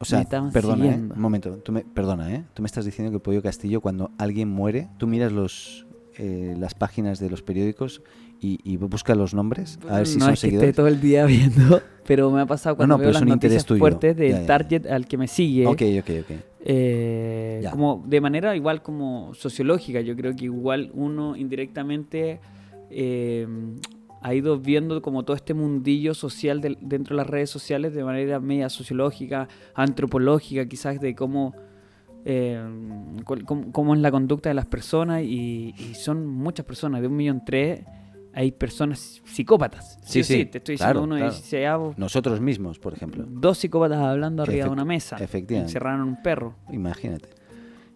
[SPEAKER 2] O sea,
[SPEAKER 3] Me estaban
[SPEAKER 2] perdona, ¿eh?
[SPEAKER 3] siguiendo.
[SPEAKER 2] un momento, tú me, perdona, ¿eh? Tú me estás diciendo que Pollo Castillo, cuando alguien muere, tú miras los, eh, las páginas de los periódicos y, y buscas los nombres, a ver si
[SPEAKER 3] Pues, no
[SPEAKER 2] son
[SPEAKER 3] es que
[SPEAKER 2] seguidores.
[SPEAKER 3] esté todo el día viendo. Pero me ha pasado cuando
[SPEAKER 2] no, pero
[SPEAKER 3] veo
[SPEAKER 2] es
[SPEAKER 3] las
[SPEAKER 2] un interés
[SPEAKER 3] noticias
[SPEAKER 2] tuyo.
[SPEAKER 3] fuertes del
[SPEAKER 2] Ya, ya, ya.
[SPEAKER 3] target al que me sigue.
[SPEAKER 2] Ok, ok, ok.
[SPEAKER 3] Eh,
[SPEAKER 2] Ya.
[SPEAKER 3] como de manera igual como sociológica, yo creo que igual uno indirectamente eh, ha ido viendo como todo este mundillo social del- dentro de las redes sociales de manera media sociológica, antropológica, quizás de cómo, eh, cuál- cómo, cómo es la conducta de las personas y, y son muchas personas, de un millón tres hay personas psicópatas.
[SPEAKER 2] Sí,
[SPEAKER 3] o
[SPEAKER 2] sí,
[SPEAKER 3] te estoy diciendo
[SPEAKER 2] claro,
[SPEAKER 3] uno de
[SPEAKER 2] claro.
[SPEAKER 3] 16
[SPEAKER 2] Nosotros mismos, por ejemplo.
[SPEAKER 3] dos psicópatas hablando arriba de
[SPEAKER 2] Efect-
[SPEAKER 3] una mesa,
[SPEAKER 2] efectivamente.
[SPEAKER 3] encerraron un perro.
[SPEAKER 2] Imagínate.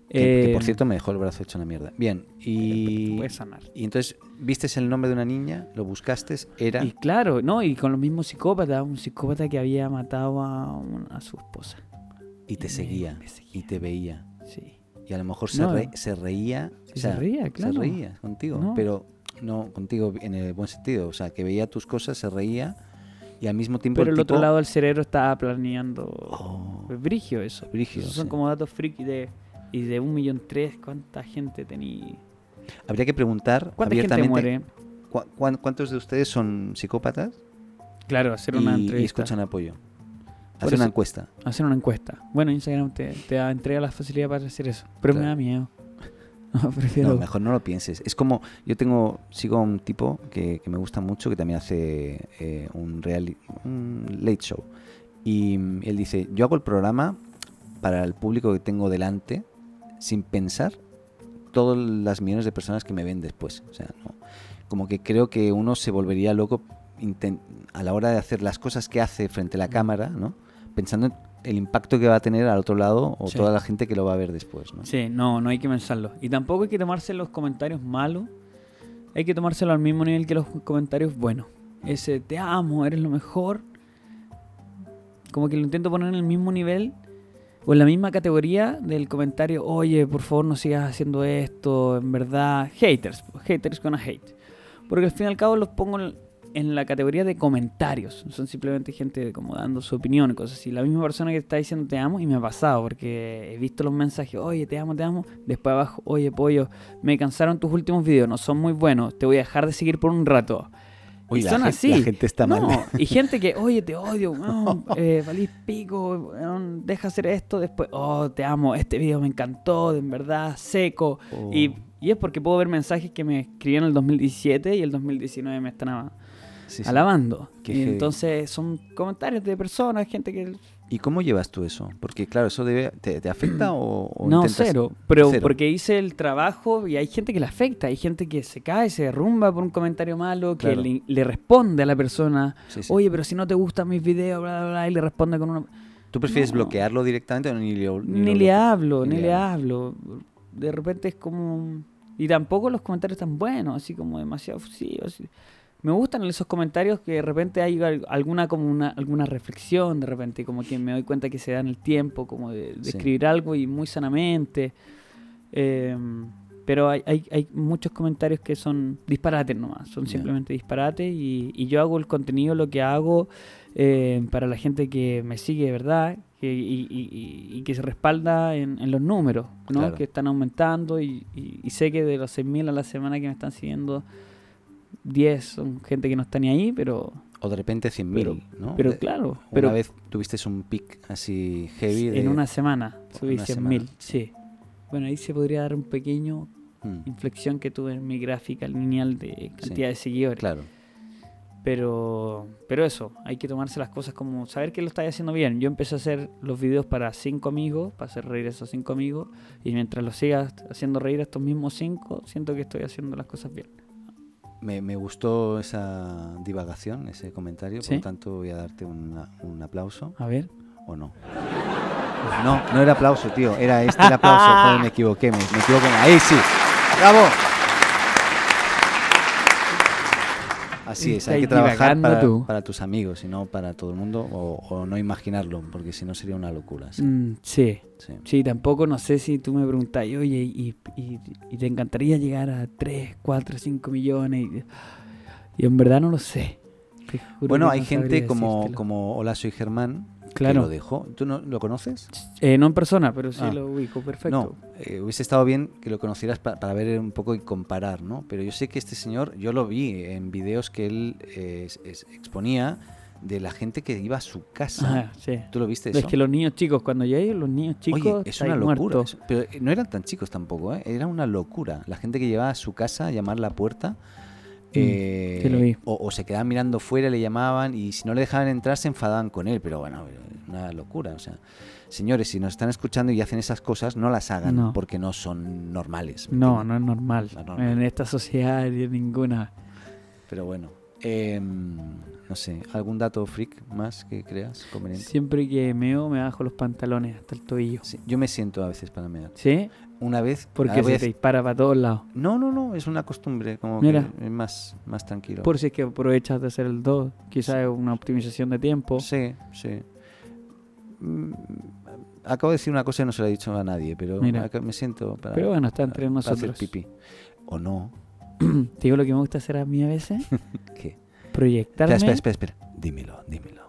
[SPEAKER 2] Que, que, por
[SPEAKER 3] Eh,
[SPEAKER 2] cierto me dejó el brazo hecho una mierda. Bien,
[SPEAKER 3] Te
[SPEAKER 2] y,
[SPEAKER 3] puede sanar.
[SPEAKER 2] y entonces viste el nombre de una niña, lo buscaste, era...
[SPEAKER 3] Y claro, no, y con los mismos psicópatas, un psicópata que había matado a, un- a su esposa.
[SPEAKER 2] y te
[SPEAKER 3] me-
[SPEAKER 2] seguía,
[SPEAKER 3] me seguía.
[SPEAKER 2] y te veía.
[SPEAKER 3] Sí.
[SPEAKER 2] Y a lo mejor se,
[SPEAKER 3] No. eh.
[SPEAKER 2] re- se reía.
[SPEAKER 3] Sí, se reía, claro.
[SPEAKER 2] Se reía contigo,
[SPEAKER 3] No.
[SPEAKER 2] pero no contigo en el buen sentido. O sea, que veía tus cosas, se reía y al mismo tiempo.
[SPEAKER 3] Pero el otro
[SPEAKER 2] tipo-
[SPEAKER 3] lado del cerebro estaba planeando.
[SPEAKER 2] Oh,
[SPEAKER 3] Es brigio eso.
[SPEAKER 2] Brigio,
[SPEAKER 3] Esos son
[SPEAKER 2] sí.
[SPEAKER 3] como datos friki de. Y de un millón tres, ¿cuánta gente tenía?
[SPEAKER 2] habría que preguntar
[SPEAKER 3] ¿Cuánta gente
[SPEAKER 2] abiertamente.
[SPEAKER 3] muere?
[SPEAKER 2] cua- cuán- ¿Cuántos de ustedes son psicópatas
[SPEAKER 3] Claro, hacer
[SPEAKER 2] y,
[SPEAKER 3] una
[SPEAKER 2] y
[SPEAKER 3] entrevista.
[SPEAKER 2] escuchan apoyo?
[SPEAKER 3] Por
[SPEAKER 2] Hacer una
[SPEAKER 3] eso-
[SPEAKER 2] encuesta.
[SPEAKER 3] Hacer una encuesta. Bueno, Instagram te, te da- entrega la facilidad para hacer eso. Pero me
[SPEAKER 2] Claro.
[SPEAKER 3] da miedo. No, prefiero.
[SPEAKER 2] No, mejor no lo pienses. Es como, yo tengo, sigo a un tipo que, que me gusta mucho, que también hace eh, un, reali- un late show. Y mm, él dice, yo hago el programa para el público que tengo delante, sin pensar todas las millones de personas que me ven después. O sea, no. como que creo que uno se
[SPEAKER 3] Mm.
[SPEAKER 2] volvería loco inten- a la hora de hacer las cosas que hace frente a la cámara, ¿no? Pensando en el impacto que va a tener al otro lado o
[SPEAKER 3] Sí.
[SPEAKER 2] toda la gente que lo va a ver después, ¿no?
[SPEAKER 3] Sí, no, no hay que pensarlo. Y tampoco hay que tomarse los comentarios malos. Hay que tomárselo al mismo nivel que los comentarios buenos. Ese te amo, eres lo mejor. Como que lo intento poner en el mismo nivel o en la misma categoría del comentario, oye, por favor no sigas haciendo esto, en verdad. Haters, haters gonna hate. Porque al fin y al cabo los pongo en- en la categoría de comentarios. Son simplemente gente como dando su opinión y cosas así. La misma persona que está diciendo te amo y me ha pasado porque he visto los mensajes, oye, te amo, te amo. Después abajo, oye, pollo, me cansaron tus últimos videos, no son muy buenos, te voy a dejar de seguir por un rato.
[SPEAKER 2] Uy,
[SPEAKER 3] y
[SPEAKER 2] la
[SPEAKER 3] son
[SPEAKER 2] gen-
[SPEAKER 3] así.
[SPEAKER 2] la gente está
[SPEAKER 3] no,
[SPEAKER 2] mal.
[SPEAKER 3] Y gente que, oye, te odio, weón, eh, valís pico, weón, deja hacer esto. Después, oh, te amo, este video me encantó, de en verdad, seco.
[SPEAKER 2] Oh.
[SPEAKER 3] Y, y es porque puedo ver mensajes que me escribían en el 2017 y el 2019 me están a-
[SPEAKER 2] Sí, sí.
[SPEAKER 3] alabando.
[SPEAKER 2] Qué
[SPEAKER 3] Y
[SPEAKER 2] heavy.
[SPEAKER 3] entonces son comentarios de personas, gente que...
[SPEAKER 2] ¿Y cómo llevas tú eso? Porque claro, eso debe, te, te afecta o, o
[SPEAKER 3] no,
[SPEAKER 2] intentas-
[SPEAKER 3] cero. Pero
[SPEAKER 2] cero.
[SPEAKER 3] porque hice el trabajo y hay gente que le afecta, hay gente que se cae, se derrumba por un comentario malo, que
[SPEAKER 2] Claro.
[SPEAKER 3] le, le responde a la persona,
[SPEAKER 2] Sí, sí.
[SPEAKER 3] oye, pero si no te gustan mis videos, bla, bla, bla, y le responde con una...
[SPEAKER 2] ¿Tú prefieres
[SPEAKER 3] no.
[SPEAKER 2] bloquearlo directamente o ni, lo-
[SPEAKER 3] Ni,
[SPEAKER 2] lo
[SPEAKER 3] le
[SPEAKER 2] bloqueas?
[SPEAKER 3] hablo, ni le hablo. De repente es como... Y tampoco los comentarios tan buenos, así como demasiado fusivos. así. Me gustan esos comentarios que de repente hay al- alguna como una, alguna reflexión, de repente como que me doy cuenta que se dan el tiempo, como de, de
[SPEAKER 2] Sí.
[SPEAKER 3] escribir algo y muy sanamente. Eh, pero hay, hay, hay muchos comentarios que son disparates nomás, son
[SPEAKER 2] Ya.
[SPEAKER 3] simplemente disparates y, y yo hago el contenido, lo que hago eh, para la gente que me sigue, ¿verdad? Que- y, y- y- y que se respalda en, en los números, ¿no?
[SPEAKER 2] Claro.
[SPEAKER 3] Que están aumentando y, y- y sé que de los 6.000 a la semana que me están siguiendo, 10 son gente que no está ni ahí, pero,
[SPEAKER 2] O de repente 100.000, ¿no?
[SPEAKER 3] pero
[SPEAKER 2] De-
[SPEAKER 3] claro,
[SPEAKER 2] Una
[SPEAKER 3] pero
[SPEAKER 2] vez tuviste un pic así heavy de...
[SPEAKER 3] en una semana subí
[SPEAKER 2] una
[SPEAKER 3] 100.000,
[SPEAKER 2] semana.
[SPEAKER 3] sí. Bueno, ahí se podría dar un pequeño
[SPEAKER 2] Mm,
[SPEAKER 3] inflexión que tuve en mi gráfica lineal de cantidad de seguidores.
[SPEAKER 2] Claro.
[SPEAKER 3] Pero, pero eso, hay que tomarse las cosas como saber que lo estáis haciendo bien. Yo empecé a hacer los videos para cinco amigos, para hacer reír a esos cinco amigos, y mientras los sigas haciendo reír a estos mismos cinco, siento que estoy haciendo las cosas bien.
[SPEAKER 2] Me, me gustó esa divagación, ese comentario,
[SPEAKER 3] ¿Sí?
[SPEAKER 2] por lo tanto voy a darte una- un aplauso,
[SPEAKER 3] A ver.
[SPEAKER 2] ¿o no? No, no era aplauso, tío, era este el aplauso, joder, me equivoqué, me, me equivoqué, ahí sí, bravo. Así es, hay que
[SPEAKER 3] Estáis
[SPEAKER 2] trabajar
[SPEAKER 3] divagando
[SPEAKER 2] para,
[SPEAKER 3] tú.
[SPEAKER 2] para tus amigos y no para todo el mundo, o, o no imaginarlo, porque si no sería una locura. sí,
[SPEAKER 3] Mm, sí,
[SPEAKER 2] sí.
[SPEAKER 3] sí, tampoco no sé si tú me preguntás, oye, y, y- y te encantaría llegar a 3, 4, 5 millones, y, y en verdad no lo sé. Te juro
[SPEAKER 2] Bueno,
[SPEAKER 3] que
[SPEAKER 2] hay
[SPEAKER 3] no
[SPEAKER 2] gente
[SPEAKER 3] sabría
[SPEAKER 2] como,
[SPEAKER 3] decírtelo.
[SPEAKER 2] como Hola, soy Germán, que lo
[SPEAKER 3] Claro,
[SPEAKER 2] dejó. ¿Tú no, lo conoces?
[SPEAKER 3] Eh, no en persona, pero sí
[SPEAKER 2] Ah.
[SPEAKER 3] lo ubico, perfecto.
[SPEAKER 2] No, eh, hubiese estado bien que lo conocieras pa- para ver un poco y comparar, ¿no? Pero yo sé que este señor, yo lo vi en videos que él eh, es- es- exponía de la gente que iba a su casa.
[SPEAKER 3] Ah, sí.
[SPEAKER 2] ¿Tú lo viste eso?
[SPEAKER 3] Es que los niños chicos, cuando llegan los niños chicos,
[SPEAKER 2] Oye, es
[SPEAKER 3] estáis
[SPEAKER 2] una locura.
[SPEAKER 3] muertos.
[SPEAKER 2] eso. Pero eh, no eran tan chicos tampoco, ¿eh? Era una locura. La gente que llevaba a su casa a llamar la puerta. eh,
[SPEAKER 3] Mm, sí lo vi.
[SPEAKER 2] o, o se quedaban mirando fuera, le llamaban y si no le dejaban entrar se enfadaban con él. Pero bueno, pero una locura. O sea, señores, si nos están escuchando y hacen esas cosas, no las hagan
[SPEAKER 3] No.
[SPEAKER 2] porque no son normales. ¿me
[SPEAKER 3] No,
[SPEAKER 2] entiendes?
[SPEAKER 3] no es normal.
[SPEAKER 2] No es normal.
[SPEAKER 3] En esta sociedad ni en ninguna.
[SPEAKER 2] Pero bueno, em, no sé, ¿algún dato freak más que creas conveniente?
[SPEAKER 3] Siempre que meo, me bajo los pantalones hasta el tobillo.
[SPEAKER 2] Sí, yo me siento a veces para mear.
[SPEAKER 3] ¿Sí?
[SPEAKER 2] Una vez,
[SPEAKER 3] Porque
[SPEAKER 2] ahora voy
[SPEAKER 3] se
[SPEAKER 2] a
[SPEAKER 3] te
[SPEAKER 2] decir-
[SPEAKER 3] dispara para todos lados.
[SPEAKER 2] No, no, no, es una costumbre, como
[SPEAKER 3] Mira.
[SPEAKER 2] que es más, más tranquilo.
[SPEAKER 3] Por si es que aprovechas de hacer el 2, quizás es una optimización de tiempo.
[SPEAKER 2] Sí, sí. Mm, Acabo de decir una cosa y no se la he dicho a nadie, pero
[SPEAKER 3] Mira.
[SPEAKER 2] acá me siento para,
[SPEAKER 3] Pero bueno, está entre
[SPEAKER 2] para
[SPEAKER 3] nosotros.
[SPEAKER 2] hacer pipí. O no.
[SPEAKER 3] Te digo lo que me gusta hacer a mí a veces,
[SPEAKER 2] ¿Qué? Espera,
[SPEAKER 3] proyectarme.
[SPEAKER 2] espera, espera, espera. Dímelo, dímelo.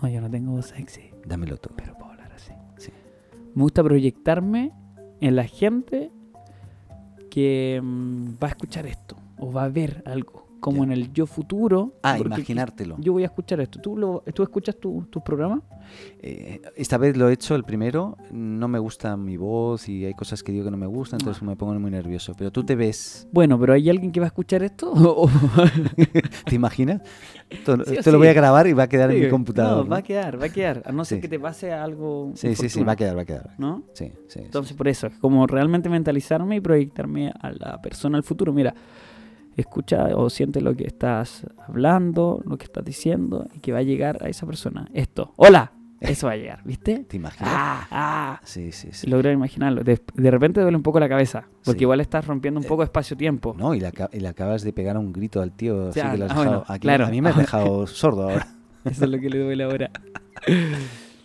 [SPEAKER 3] No, yo no tengo voz sexy.
[SPEAKER 2] Dámelo tú.
[SPEAKER 3] pero puedo hablar así.
[SPEAKER 2] Sí.
[SPEAKER 3] Me gusta proyectarme en la gente que mm, va a escuchar esto o va a ver algo, como
[SPEAKER 2] Ya.
[SPEAKER 3] en el yo futuro.
[SPEAKER 2] Ah,
[SPEAKER 3] porque
[SPEAKER 2] imaginártelo.
[SPEAKER 3] qui- Yo voy a escuchar esto. ¿Tú, lo, tú escuchas tu- tus programas?
[SPEAKER 2] Eh, esta vez lo he hecho el primero. No me gusta mi voz y hay cosas que digo que no me gustan, entonces
[SPEAKER 3] Ah.
[SPEAKER 2] me pongo muy nervioso. Pero tú te ves,
[SPEAKER 3] Bueno, pero ¿hay alguien que va a escuchar esto? O- o-
[SPEAKER 2] ¿te imaginas? Esto,
[SPEAKER 3] Sí o
[SPEAKER 2] esto lo voy
[SPEAKER 3] sí.
[SPEAKER 2] a grabar y va a quedar en mi
[SPEAKER 3] Sí,
[SPEAKER 2] computador.
[SPEAKER 3] No, va a
[SPEAKER 2] ¿no?
[SPEAKER 3] quedar, va a quedar. A no ser
[SPEAKER 2] Sí.
[SPEAKER 3] que te pase algo.
[SPEAKER 2] Sí, sí, sí,
[SPEAKER 3] infortuno,
[SPEAKER 2] va a quedar, va a quedar.
[SPEAKER 3] ¿No?
[SPEAKER 2] Sí, sí, sí.
[SPEAKER 3] Entonces, por eso, es como realmente mentalizarme y proyectarme a la persona al futuro. Mira, escucha o siente lo que estás hablando, lo que estás diciendo y que va a llegar a esa persona. Esto. Hola, Eso va a llegar, ¿viste?
[SPEAKER 2] ¿Te imaginas?
[SPEAKER 3] Ah, ah.
[SPEAKER 2] Sí, sí, sí.
[SPEAKER 3] Logro imaginarlo. De, de repente duele un poco la cabeza,
[SPEAKER 2] Sí.
[SPEAKER 3] porque
[SPEAKER 2] Eh,
[SPEAKER 3] igual estás rompiendo un poco espacio-tiempo.
[SPEAKER 2] No, y le, aca- y le acabas de pegar un grito al tío, así
[SPEAKER 3] Ya,
[SPEAKER 2] que lo has
[SPEAKER 3] ah,
[SPEAKER 2] dejado.
[SPEAKER 3] bueno,
[SPEAKER 2] aquí-
[SPEAKER 3] claro.
[SPEAKER 2] A mí me has dejado sordo ahora.
[SPEAKER 3] Eso es lo que le duele ahora.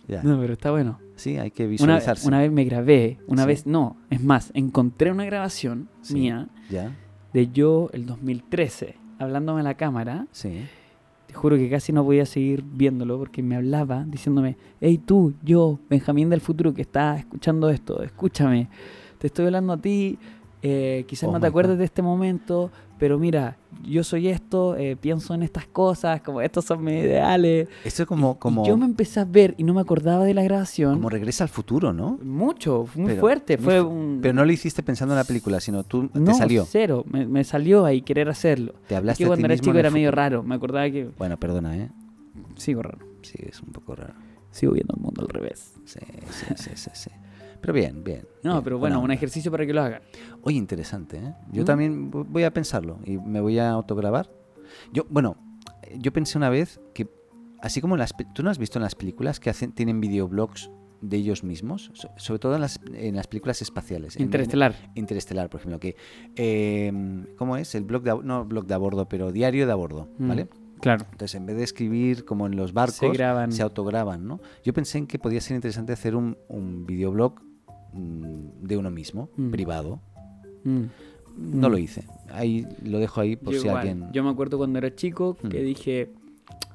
[SPEAKER 2] Ya.
[SPEAKER 3] No, pero está bueno.
[SPEAKER 2] Sí, hay que
[SPEAKER 3] Una,
[SPEAKER 2] visualizarse.
[SPEAKER 3] una vez me grabé, una
[SPEAKER 2] Sí.
[SPEAKER 3] vez no, es más, encontré una grabación
[SPEAKER 2] Sí.
[SPEAKER 3] mía
[SPEAKER 2] Ya,
[SPEAKER 3] de yo el 2013 hablándome a la cámara.
[SPEAKER 2] sí.
[SPEAKER 3] Te juro que casi no podía seguir viéndolo porque me hablaba diciéndome, hey tú, yo, Benjamín del futuro que está escuchando esto, escúchame, te estoy hablando a ti, eh, quizás
[SPEAKER 2] Oh
[SPEAKER 3] no te
[SPEAKER 2] my
[SPEAKER 3] acuerdes
[SPEAKER 2] God.
[SPEAKER 3] de este momento, pero mira, yo soy esto, eh, pienso en estas cosas, como estos son mis ideales.
[SPEAKER 2] Esto es como, como,
[SPEAKER 3] Y yo me empecé a ver y no me acordaba de la grabación.
[SPEAKER 2] como regresa al futuro, ¿no?
[SPEAKER 3] Mucho, fue muy
[SPEAKER 2] Pero-
[SPEAKER 3] fuerte,
[SPEAKER 2] muy
[SPEAKER 3] fue
[SPEAKER 2] fu-
[SPEAKER 3] un...
[SPEAKER 2] Pero no lo hiciste pensando en la película, sino tú
[SPEAKER 3] no,
[SPEAKER 2] te salió.
[SPEAKER 3] cero, me, me salió ahí querer hacerlo.
[SPEAKER 2] Te
[SPEAKER 3] Es
[SPEAKER 2] hablaste
[SPEAKER 3] que
[SPEAKER 2] a ti
[SPEAKER 3] cuando era
[SPEAKER 2] mismo
[SPEAKER 3] chico
[SPEAKER 2] en el
[SPEAKER 3] era medio
[SPEAKER 2] futuro.
[SPEAKER 3] raro, me acordaba que
[SPEAKER 2] Bueno, perdona, ¿eh?
[SPEAKER 3] sigo raro,
[SPEAKER 2] Sí, es un poco raro.
[SPEAKER 3] sigo viendo el mundo al revés.
[SPEAKER 2] Sí, sí, sí, sí. sí. Pero bien, bien.
[SPEAKER 3] No,
[SPEAKER 2] bien,
[SPEAKER 3] pero
[SPEAKER 2] buena
[SPEAKER 3] bueno, un
[SPEAKER 2] onda.
[SPEAKER 3] ejercicio para que lo hagan.
[SPEAKER 2] Oye, interesante, ¿eh? Yo
[SPEAKER 3] ¿Mm?
[SPEAKER 2] también vo- voy a pensarlo y me voy a autograbar. Yo, bueno, yo pensé una vez que, así como en las, pe- tú no has visto en las películas que hacen, tienen videoblogs de ellos mismos, So- sobre todo en las, en las películas espaciales. en- en-
[SPEAKER 3] Interestelar.
[SPEAKER 2] Interestelar, por ejemplo, que, eh, ¿cómo es? El blog de, a- no blog de a bordo, pero diario de a bordo,
[SPEAKER 3] Mm,
[SPEAKER 2] ¿vale?
[SPEAKER 3] Claro.
[SPEAKER 2] Entonces, en vez de escribir como en los barcos,
[SPEAKER 3] Se graban.
[SPEAKER 2] se autograban, ¿no? Yo pensé en que podía ser interesante hacer un, un videoblog mm, de uno mismo,
[SPEAKER 3] Mm.
[SPEAKER 2] privado.
[SPEAKER 3] Mm.
[SPEAKER 2] No
[SPEAKER 3] Mm.
[SPEAKER 2] lo hice. Ahí lo dejo ahí por
[SPEAKER 3] yo,
[SPEAKER 2] si
[SPEAKER 3] igual,
[SPEAKER 2] alguien.
[SPEAKER 3] yo me acuerdo cuando era chico que
[SPEAKER 2] Mm.
[SPEAKER 3] dije,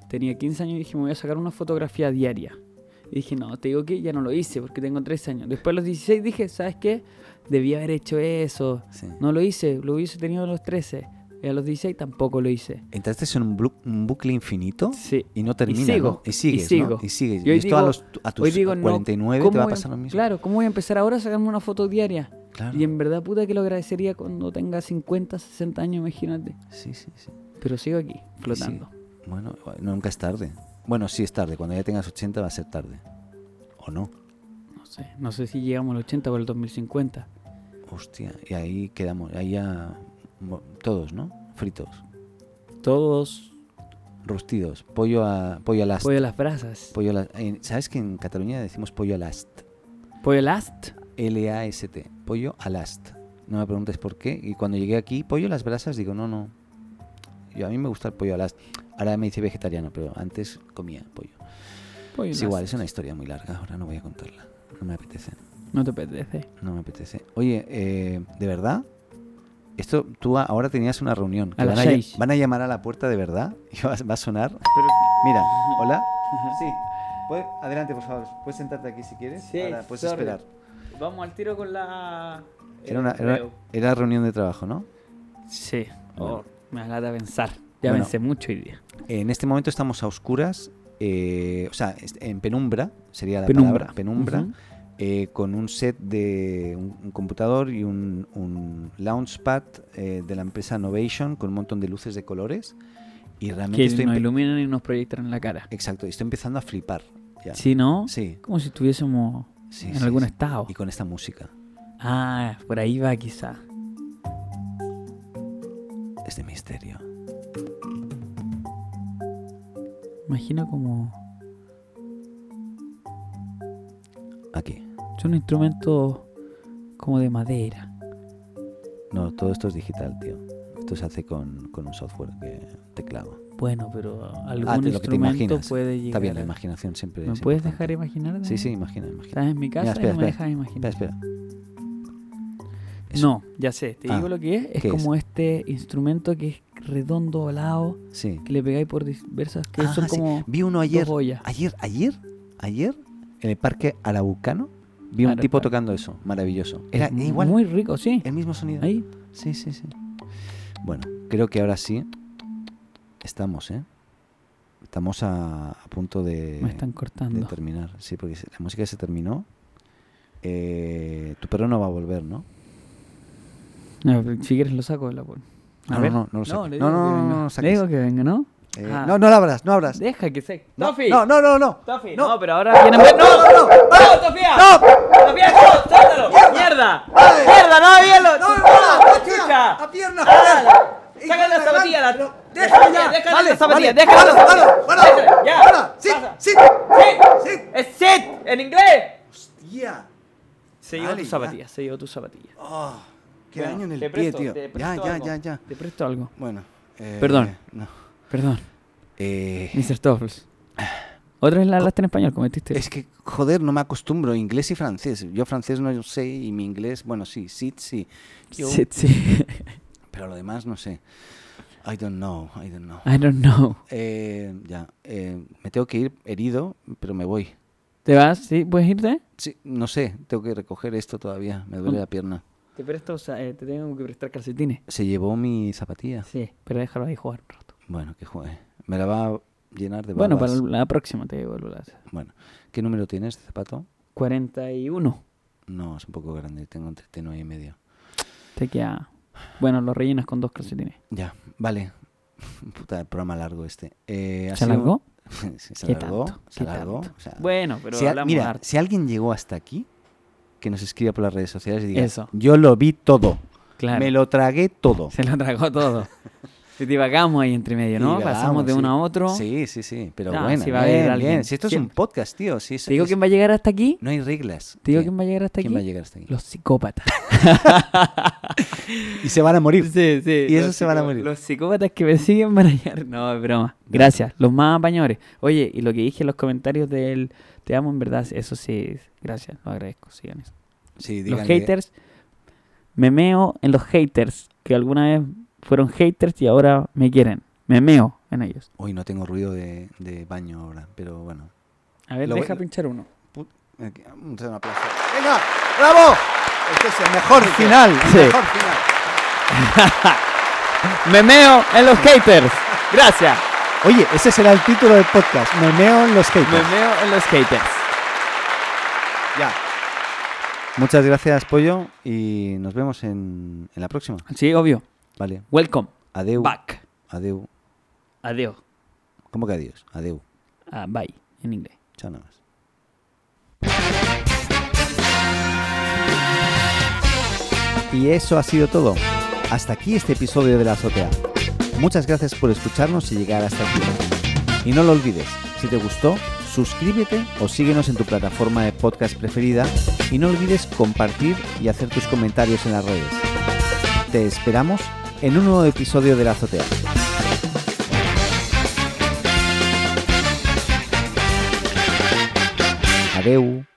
[SPEAKER 3] tenía 15 años y dije, me voy a sacar una fotografía diaria. Y dije, no, te digo que ya no lo hice porque tengo 13 años. Después a los 16 dije, ¿sabes qué? Debía haber hecho eso.
[SPEAKER 2] Sí.
[SPEAKER 3] No lo hice, lo hubiese tenido a los 13. Y a los 16 tampoco lo hice.
[SPEAKER 2] Entraste en un, blu- un bucle infinito
[SPEAKER 3] Sí.
[SPEAKER 2] y no termina.
[SPEAKER 3] sigo,
[SPEAKER 2] ¿no? Y sigues.
[SPEAKER 3] y sigo.
[SPEAKER 2] ¿no? Y sigues.
[SPEAKER 3] Y hoy
[SPEAKER 2] esto a,
[SPEAKER 3] digo-
[SPEAKER 2] los, a tus
[SPEAKER 3] Hoy digo, no,
[SPEAKER 2] 49
[SPEAKER 3] ¿cómo
[SPEAKER 2] te va a
[SPEAKER 3] voy
[SPEAKER 2] pasar lo mismo.
[SPEAKER 3] Claro, ¿cómo voy a empezar ahora a sacarme una foto diaria?
[SPEAKER 2] Claro.
[SPEAKER 3] Y em en verdad, puta, que lo agradecería cuando tenga 50, 60 años, imagínate.
[SPEAKER 2] Sí, sí, sí.
[SPEAKER 3] Pero sigo aquí, flotando.
[SPEAKER 2] Bueno, nunca es tarde. Bueno, sí es tarde. Cuando ya tengas 80 va a ser tarde. ¿O no?
[SPEAKER 3] No sé, no sé si llegamos al 80 o al 2050.
[SPEAKER 2] Hostia. Y ahí quedamos. Ahí ya. mo- Todos, ¿no? Fritos.
[SPEAKER 3] Todos
[SPEAKER 2] Rostidos. Pollo a, pollo al ast.
[SPEAKER 3] pollo a las brasas.
[SPEAKER 2] Pollo al ast. En- ¿Sabes que en Cataluña decimos pollo al ast?
[SPEAKER 3] Pollo last.
[SPEAKER 2] L-A-S-T, pollo al ast. No me preguntes por qué. Y cuando llegué aquí, pollo a las brasas, digo, no, no. Yo, a mí me gusta el pollo al ast. Ahora me hice vegetariano, pero antes comía pollo.
[SPEAKER 3] Pollo
[SPEAKER 2] Es
[SPEAKER 3] last.
[SPEAKER 2] igual, es una historia muy larga, ahora no voy a contarla. No me apetece,
[SPEAKER 3] No te apetece.
[SPEAKER 2] no me apetece. Oye, eh, ¿de verdad? Esto, tú a- ahora tenías una reunión. que
[SPEAKER 3] A
[SPEAKER 2] van,
[SPEAKER 3] las
[SPEAKER 2] a, ll-
[SPEAKER 3] seis.
[SPEAKER 2] van a llamar a la puerta de verdad y va, va a sonar.
[SPEAKER 3] Pero...
[SPEAKER 2] Mira, hola. Sí, puedes- adelante, por favor. Puedes sentarte aquí si quieres.
[SPEAKER 3] Sí,
[SPEAKER 2] Ahora puedes
[SPEAKER 3] sorry.
[SPEAKER 2] esperar.
[SPEAKER 3] Vamos al tiro con la.
[SPEAKER 2] Era, una, era, era reunión de trabajo, ¿no?
[SPEAKER 3] Sí.
[SPEAKER 2] Bueno.
[SPEAKER 3] Oh, me agrada pensar. Ya
[SPEAKER 2] Bueno.
[SPEAKER 3] pensé mucho hoy día.
[SPEAKER 2] En este momento estamos a oscuras, eh, o sea, est- en penumbra, sería la
[SPEAKER 3] Penumbra.
[SPEAKER 2] palabra, penumbra,
[SPEAKER 3] Ujú.
[SPEAKER 2] eh, con un set de un, un computador y un, un launchpad eh, de la empresa Novation con un montón de luces de colores. Y realmente
[SPEAKER 3] Que
[SPEAKER 2] estoy...
[SPEAKER 3] nos
[SPEAKER 2] empe-
[SPEAKER 3] iluminan y nos proyectan en la cara.
[SPEAKER 2] Exacto, y estoy empezando a flipar. Ya.
[SPEAKER 3] Si no,
[SPEAKER 2] sí,
[SPEAKER 3] como si estuviésemos
[SPEAKER 2] sí,
[SPEAKER 3] en
[SPEAKER 2] sí,
[SPEAKER 3] algún
[SPEAKER 2] sí.
[SPEAKER 3] estado.
[SPEAKER 2] Y con esta música.
[SPEAKER 3] Ah, por ahí va quizá.
[SPEAKER 2] Es de este misterio.
[SPEAKER 3] Imagina como.
[SPEAKER 2] Aquí.
[SPEAKER 3] Son instrumentos como de madera.
[SPEAKER 2] No, todo esto es digital, tío. Esto se hace con, con un software que teclado.
[SPEAKER 3] Bueno, pero algún
[SPEAKER 2] Ah, te- lo que te
[SPEAKER 3] instrumento
[SPEAKER 2] imaginas.
[SPEAKER 3] puede llegar.
[SPEAKER 2] Está bien, la
[SPEAKER 3] a-
[SPEAKER 2] imaginación siempre
[SPEAKER 3] ¿Me
[SPEAKER 2] es
[SPEAKER 3] puedes
[SPEAKER 2] importante.
[SPEAKER 3] dejar imaginar?
[SPEAKER 2] Sí,
[SPEAKER 3] Daniel?
[SPEAKER 2] sí, imagina, imagina.
[SPEAKER 3] Estás en mi casa
[SPEAKER 2] espera,
[SPEAKER 3] y no me
[SPEAKER 2] espera.
[SPEAKER 3] dejas imaginar.
[SPEAKER 2] Espera, espera. Eso.
[SPEAKER 3] No, ya sé, te
[SPEAKER 2] Ah,
[SPEAKER 3] digo lo que es. Es
[SPEAKER 2] ¿qué es?
[SPEAKER 3] como este instrumento que es redondo, ovalado,
[SPEAKER 2] Sí.
[SPEAKER 3] que le pegáis por diversas. que
[SPEAKER 2] Ah,
[SPEAKER 3] son
[SPEAKER 2] sí.
[SPEAKER 3] como.
[SPEAKER 2] Vi uno ayer.
[SPEAKER 3] dos ollas.
[SPEAKER 2] Ayer, ayer, ayer, en el parque Araucano, vi un
[SPEAKER 3] Araucano.
[SPEAKER 2] tipo tocando eso. Maravilloso. Era igual,
[SPEAKER 3] Muy rico, sí.
[SPEAKER 2] el mismo sonido.
[SPEAKER 3] Ahí.
[SPEAKER 2] Sí, sí, sí. Bueno, creo que ahora sí estamos, ¿eh? Estamos a, a punto de,
[SPEAKER 3] me están
[SPEAKER 2] de
[SPEAKER 3] cortando.
[SPEAKER 2] terminar. Sí, porque se- la música se terminó. Eh, tu perro no va a volver, ¿no?
[SPEAKER 3] No, si quieres lo saco de la pol.
[SPEAKER 2] No, Ah, no, no, no lo saques.
[SPEAKER 3] le
[SPEAKER 2] No,
[SPEAKER 3] digo
[SPEAKER 2] no, no,
[SPEAKER 3] que venga.
[SPEAKER 2] no, no lo
[SPEAKER 3] Le
[SPEAKER 2] saques.
[SPEAKER 3] digo que venga, ¿no?
[SPEAKER 2] Eh,
[SPEAKER 3] Ah.
[SPEAKER 2] No, no la abras, no abras.
[SPEAKER 3] Deja que se.
[SPEAKER 2] No,
[SPEAKER 3] ¡Tofi!
[SPEAKER 2] no, no, no, no.
[SPEAKER 3] ¡Tofi!
[SPEAKER 2] No.
[SPEAKER 3] No, pero ahora viene.
[SPEAKER 2] no, no, no.
[SPEAKER 3] ¡No, Sofía!
[SPEAKER 2] no.
[SPEAKER 3] ¡Sofía, no! ¡Sátalo! ¡Mierda!
[SPEAKER 4] ¡Mierda! ¡Mierda! ¡No, hielo!
[SPEAKER 5] ¡No,
[SPEAKER 4] ¡No,
[SPEAKER 5] me
[SPEAKER 3] Ah,
[SPEAKER 5] muevas! ¡La
[SPEAKER 4] ¡Chucha!
[SPEAKER 5] pierna! ¡La pierna!
[SPEAKER 4] Ah,
[SPEAKER 5] Hijo
[SPEAKER 4] ¡Saca
[SPEAKER 5] de
[SPEAKER 4] la zapatilla! la-
[SPEAKER 5] pero- ¡Déjala ya!
[SPEAKER 4] ¡Déjala
[SPEAKER 5] Vale,
[SPEAKER 4] la zapatilla!
[SPEAKER 5] vale,
[SPEAKER 4] ¡Déjala
[SPEAKER 5] vale,
[SPEAKER 4] la zapatilla!
[SPEAKER 5] vale,
[SPEAKER 4] ¡Déjala!
[SPEAKER 5] vale,
[SPEAKER 4] ¡Ya!
[SPEAKER 5] vale. Sit,
[SPEAKER 4] Pasa.
[SPEAKER 5] sit,
[SPEAKER 4] ¡Sit!
[SPEAKER 5] sit.
[SPEAKER 4] ¡Es sit! ¡En inglés!
[SPEAKER 5] ¡Hostia!
[SPEAKER 4] Se llevó
[SPEAKER 5] Vale,
[SPEAKER 4] tus
[SPEAKER 5] ya.
[SPEAKER 4] zapatillas, se llevó tus zapatillas.
[SPEAKER 5] Oh, ¡Qué
[SPEAKER 4] Bueno,
[SPEAKER 5] daño en el
[SPEAKER 4] te
[SPEAKER 5] pie,
[SPEAKER 4] presto-
[SPEAKER 5] tío!
[SPEAKER 4] te
[SPEAKER 5] Ya,
[SPEAKER 4] presto
[SPEAKER 5] ya,
[SPEAKER 4] algo.
[SPEAKER 5] ya, ya.
[SPEAKER 3] Te presto algo.
[SPEAKER 2] Bueno. eh,
[SPEAKER 3] Perdón.
[SPEAKER 2] No.
[SPEAKER 3] Perdón,
[SPEAKER 2] Eh,
[SPEAKER 3] Mr. Toffles. Otra vez la hablaste en español, cometiste.
[SPEAKER 2] Es que, joder, no me acostumbro. Inglés y francés. Yo francés no sé y mi inglés, bueno, sí, sit, sí. Yo-
[SPEAKER 3] Sí, sí.
[SPEAKER 2] Pero lo demás no sé. I don't know, I don't know.
[SPEAKER 3] I don't know.
[SPEAKER 2] Eh, ya, eh, me tengo que ir herido, pero me voy.
[SPEAKER 3] ¿Te vas? ¿Sí? ¿Puedes irte?
[SPEAKER 2] Sí, no sé, tengo que recoger esto todavía. Me
[SPEAKER 4] Mm.
[SPEAKER 2] duele la pierna.
[SPEAKER 3] Te presto, o sea, eh, te tengo que prestar calcetines.
[SPEAKER 2] Se llevó mi zapatilla.
[SPEAKER 3] Sí, pero déjalo ahí jugar un rato.
[SPEAKER 2] Bueno, que juegue. Me la va a llenar de
[SPEAKER 3] Bueno, para
[SPEAKER 2] babas.
[SPEAKER 3] la próxima te devuelvo las
[SPEAKER 2] Bueno, ¿qué número tienes de zapato?
[SPEAKER 3] 41.
[SPEAKER 2] No, es un poco grande. Tengo entre 39 y medio.
[SPEAKER 3] Te queda. Bueno, lo rellenas con dos calcetines.
[SPEAKER 2] Ya, vale. Puta, el programa largo este. Eh, ha
[SPEAKER 3] ¿Se
[SPEAKER 2] sido-
[SPEAKER 3] alargó?
[SPEAKER 2] Sí, se
[SPEAKER 3] ¿Qué
[SPEAKER 2] alargó.
[SPEAKER 3] tanto?
[SPEAKER 2] Se
[SPEAKER 3] ¿Qué
[SPEAKER 2] alargó.
[SPEAKER 3] tanto?
[SPEAKER 2] o sea,
[SPEAKER 3] Bueno, pero
[SPEAKER 2] si a-
[SPEAKER 3] hablamos
[SPEAKER 2] mira,
[SPEAKER 3] harto.
[SPEAKER 2] si alguien llegó hasta aquí, que nos escriba por las redes sociales y diga,
[SPEAKER 3] Eso.
[SPEAKER 2] yo lo vi todo.
[SPEAKER 3] Claro.
[SPEAKER 2] Me lo tragué todo.
[SPEAKER 3] Se lo tragó todo. Si divagamos ahí entre medio, ¿no?
[SPEAKER 2] Divagamos,
[SPEAKER 3] Pasamos de
[SPEAKER 2] sí.
[SPEAKER 3] uno a otro.
[SPEAKER 2] Sí, sí, sí. Pero
[SPEAKER 3] Ah,
[SPEAKER 2] bueno,
[SPEAKER 3] si va a
[SPEAKER 2] bien,
[SPEAKER 3] haber alguien.
[SPEAKER 2] bien. Si esto es un
[SPEAKER 3] Siempre.
[SPEAKER 2] podcast, tío. Si es-
[SPEAKER 3] ¿Te digo
[SPEAKER 2] es-
[SPEAKER 3] quién va a llegar hasta aquí?
[SPEAKER 2] No hay reglas.
[SPEAKER 3] ¿Te digo
[SPEAKER 2] ¿Qué?
[SPEAKER 3] quién va a llegar hasta
[SPEAKER 2] ¿Quién
[SPEAKER 3] aquí?
[SPEAKER 2] va a llegar hasta aquí?
[SPEAKER 3] Los psicópatas.
[SPEAKER 2] Y se van a morir.
[SPEAKER 3] Sí, sí.
[SPEAKER 2] Y esos
[SPEAKER 3] los
[SPEAKER 2] se van a
[SPEAKER 3] psicó-
[SPEAKER 2] morir.
[SPEAKER 3] Los psicópatas que me siguen van a llegar. No, es broma. Gracias. Los más apañadores. Oye, y lo que dije en los comentarios del Te amo, en verdad, eso sí. Gracias, lo agradezco. Sigan eso.
[SPEAKER 2] Sí,
[SPEAKER 3] los
[SPEAKER 2] díganle-
[SPEAKER 3] haters. Me meo en los haters que alguna vez fueron haters y ahora me quieren. Me meo en ellos.
[SPEAKER 2] Uy, no tengo ruido de, de baño ahora, pero bueno.
[SPEAKER 3] A ver,
[SPEAKER 2] Lo voy-
[SPEAKER 3] deja pinchar uno.
[SPEAKER 2] Aquí, eh, mm, Un un aplauso. ¡Venga! ¡Bravo! Este es el mejor final. el
[SPEAKER 3] Sí.
[SPEAKER 2] mejor final.
[SPEAKER 3] Me meo en los haters. Gracias.
[SPEAKER 2] Oye, ese será el título del podcast. Me meo en los haters.
[SPEAKER 3] Me meo en los haters.
[SPEAKER 2] Ya. Muchas gracias, Pollo, y nos vemos en, en la próxima.
[SPEAKER 3] Sí, obvio.
[SPEAKER 2] Vale.
[SPEAKER 3] Welcome
[SPEAKER 2] Adeu.
[SPEAKER 3] back.
[SPEAKER 2] Adeu.
[SPEAKER 3] Adiós.
[SPEAKER 2] ¿Cómo que adiós? Adeu.
[SPEAKER 3] Ah, bye. En inglés.
[SPEAKER 2] Chao nada más. Y eso ha sido todo. Hasta aquí este episodio de La Azotea. Muchas gracias por escucharnos y llegar hasta aquí. Y no lo olvides, si te gustó, suscríbete o síguenos en tu plataforma de podcast preferida y no olvides compartir y hacer tus comentarios en las redes. Te esperamos en un nuevo episodio de La Azotea. Adeu.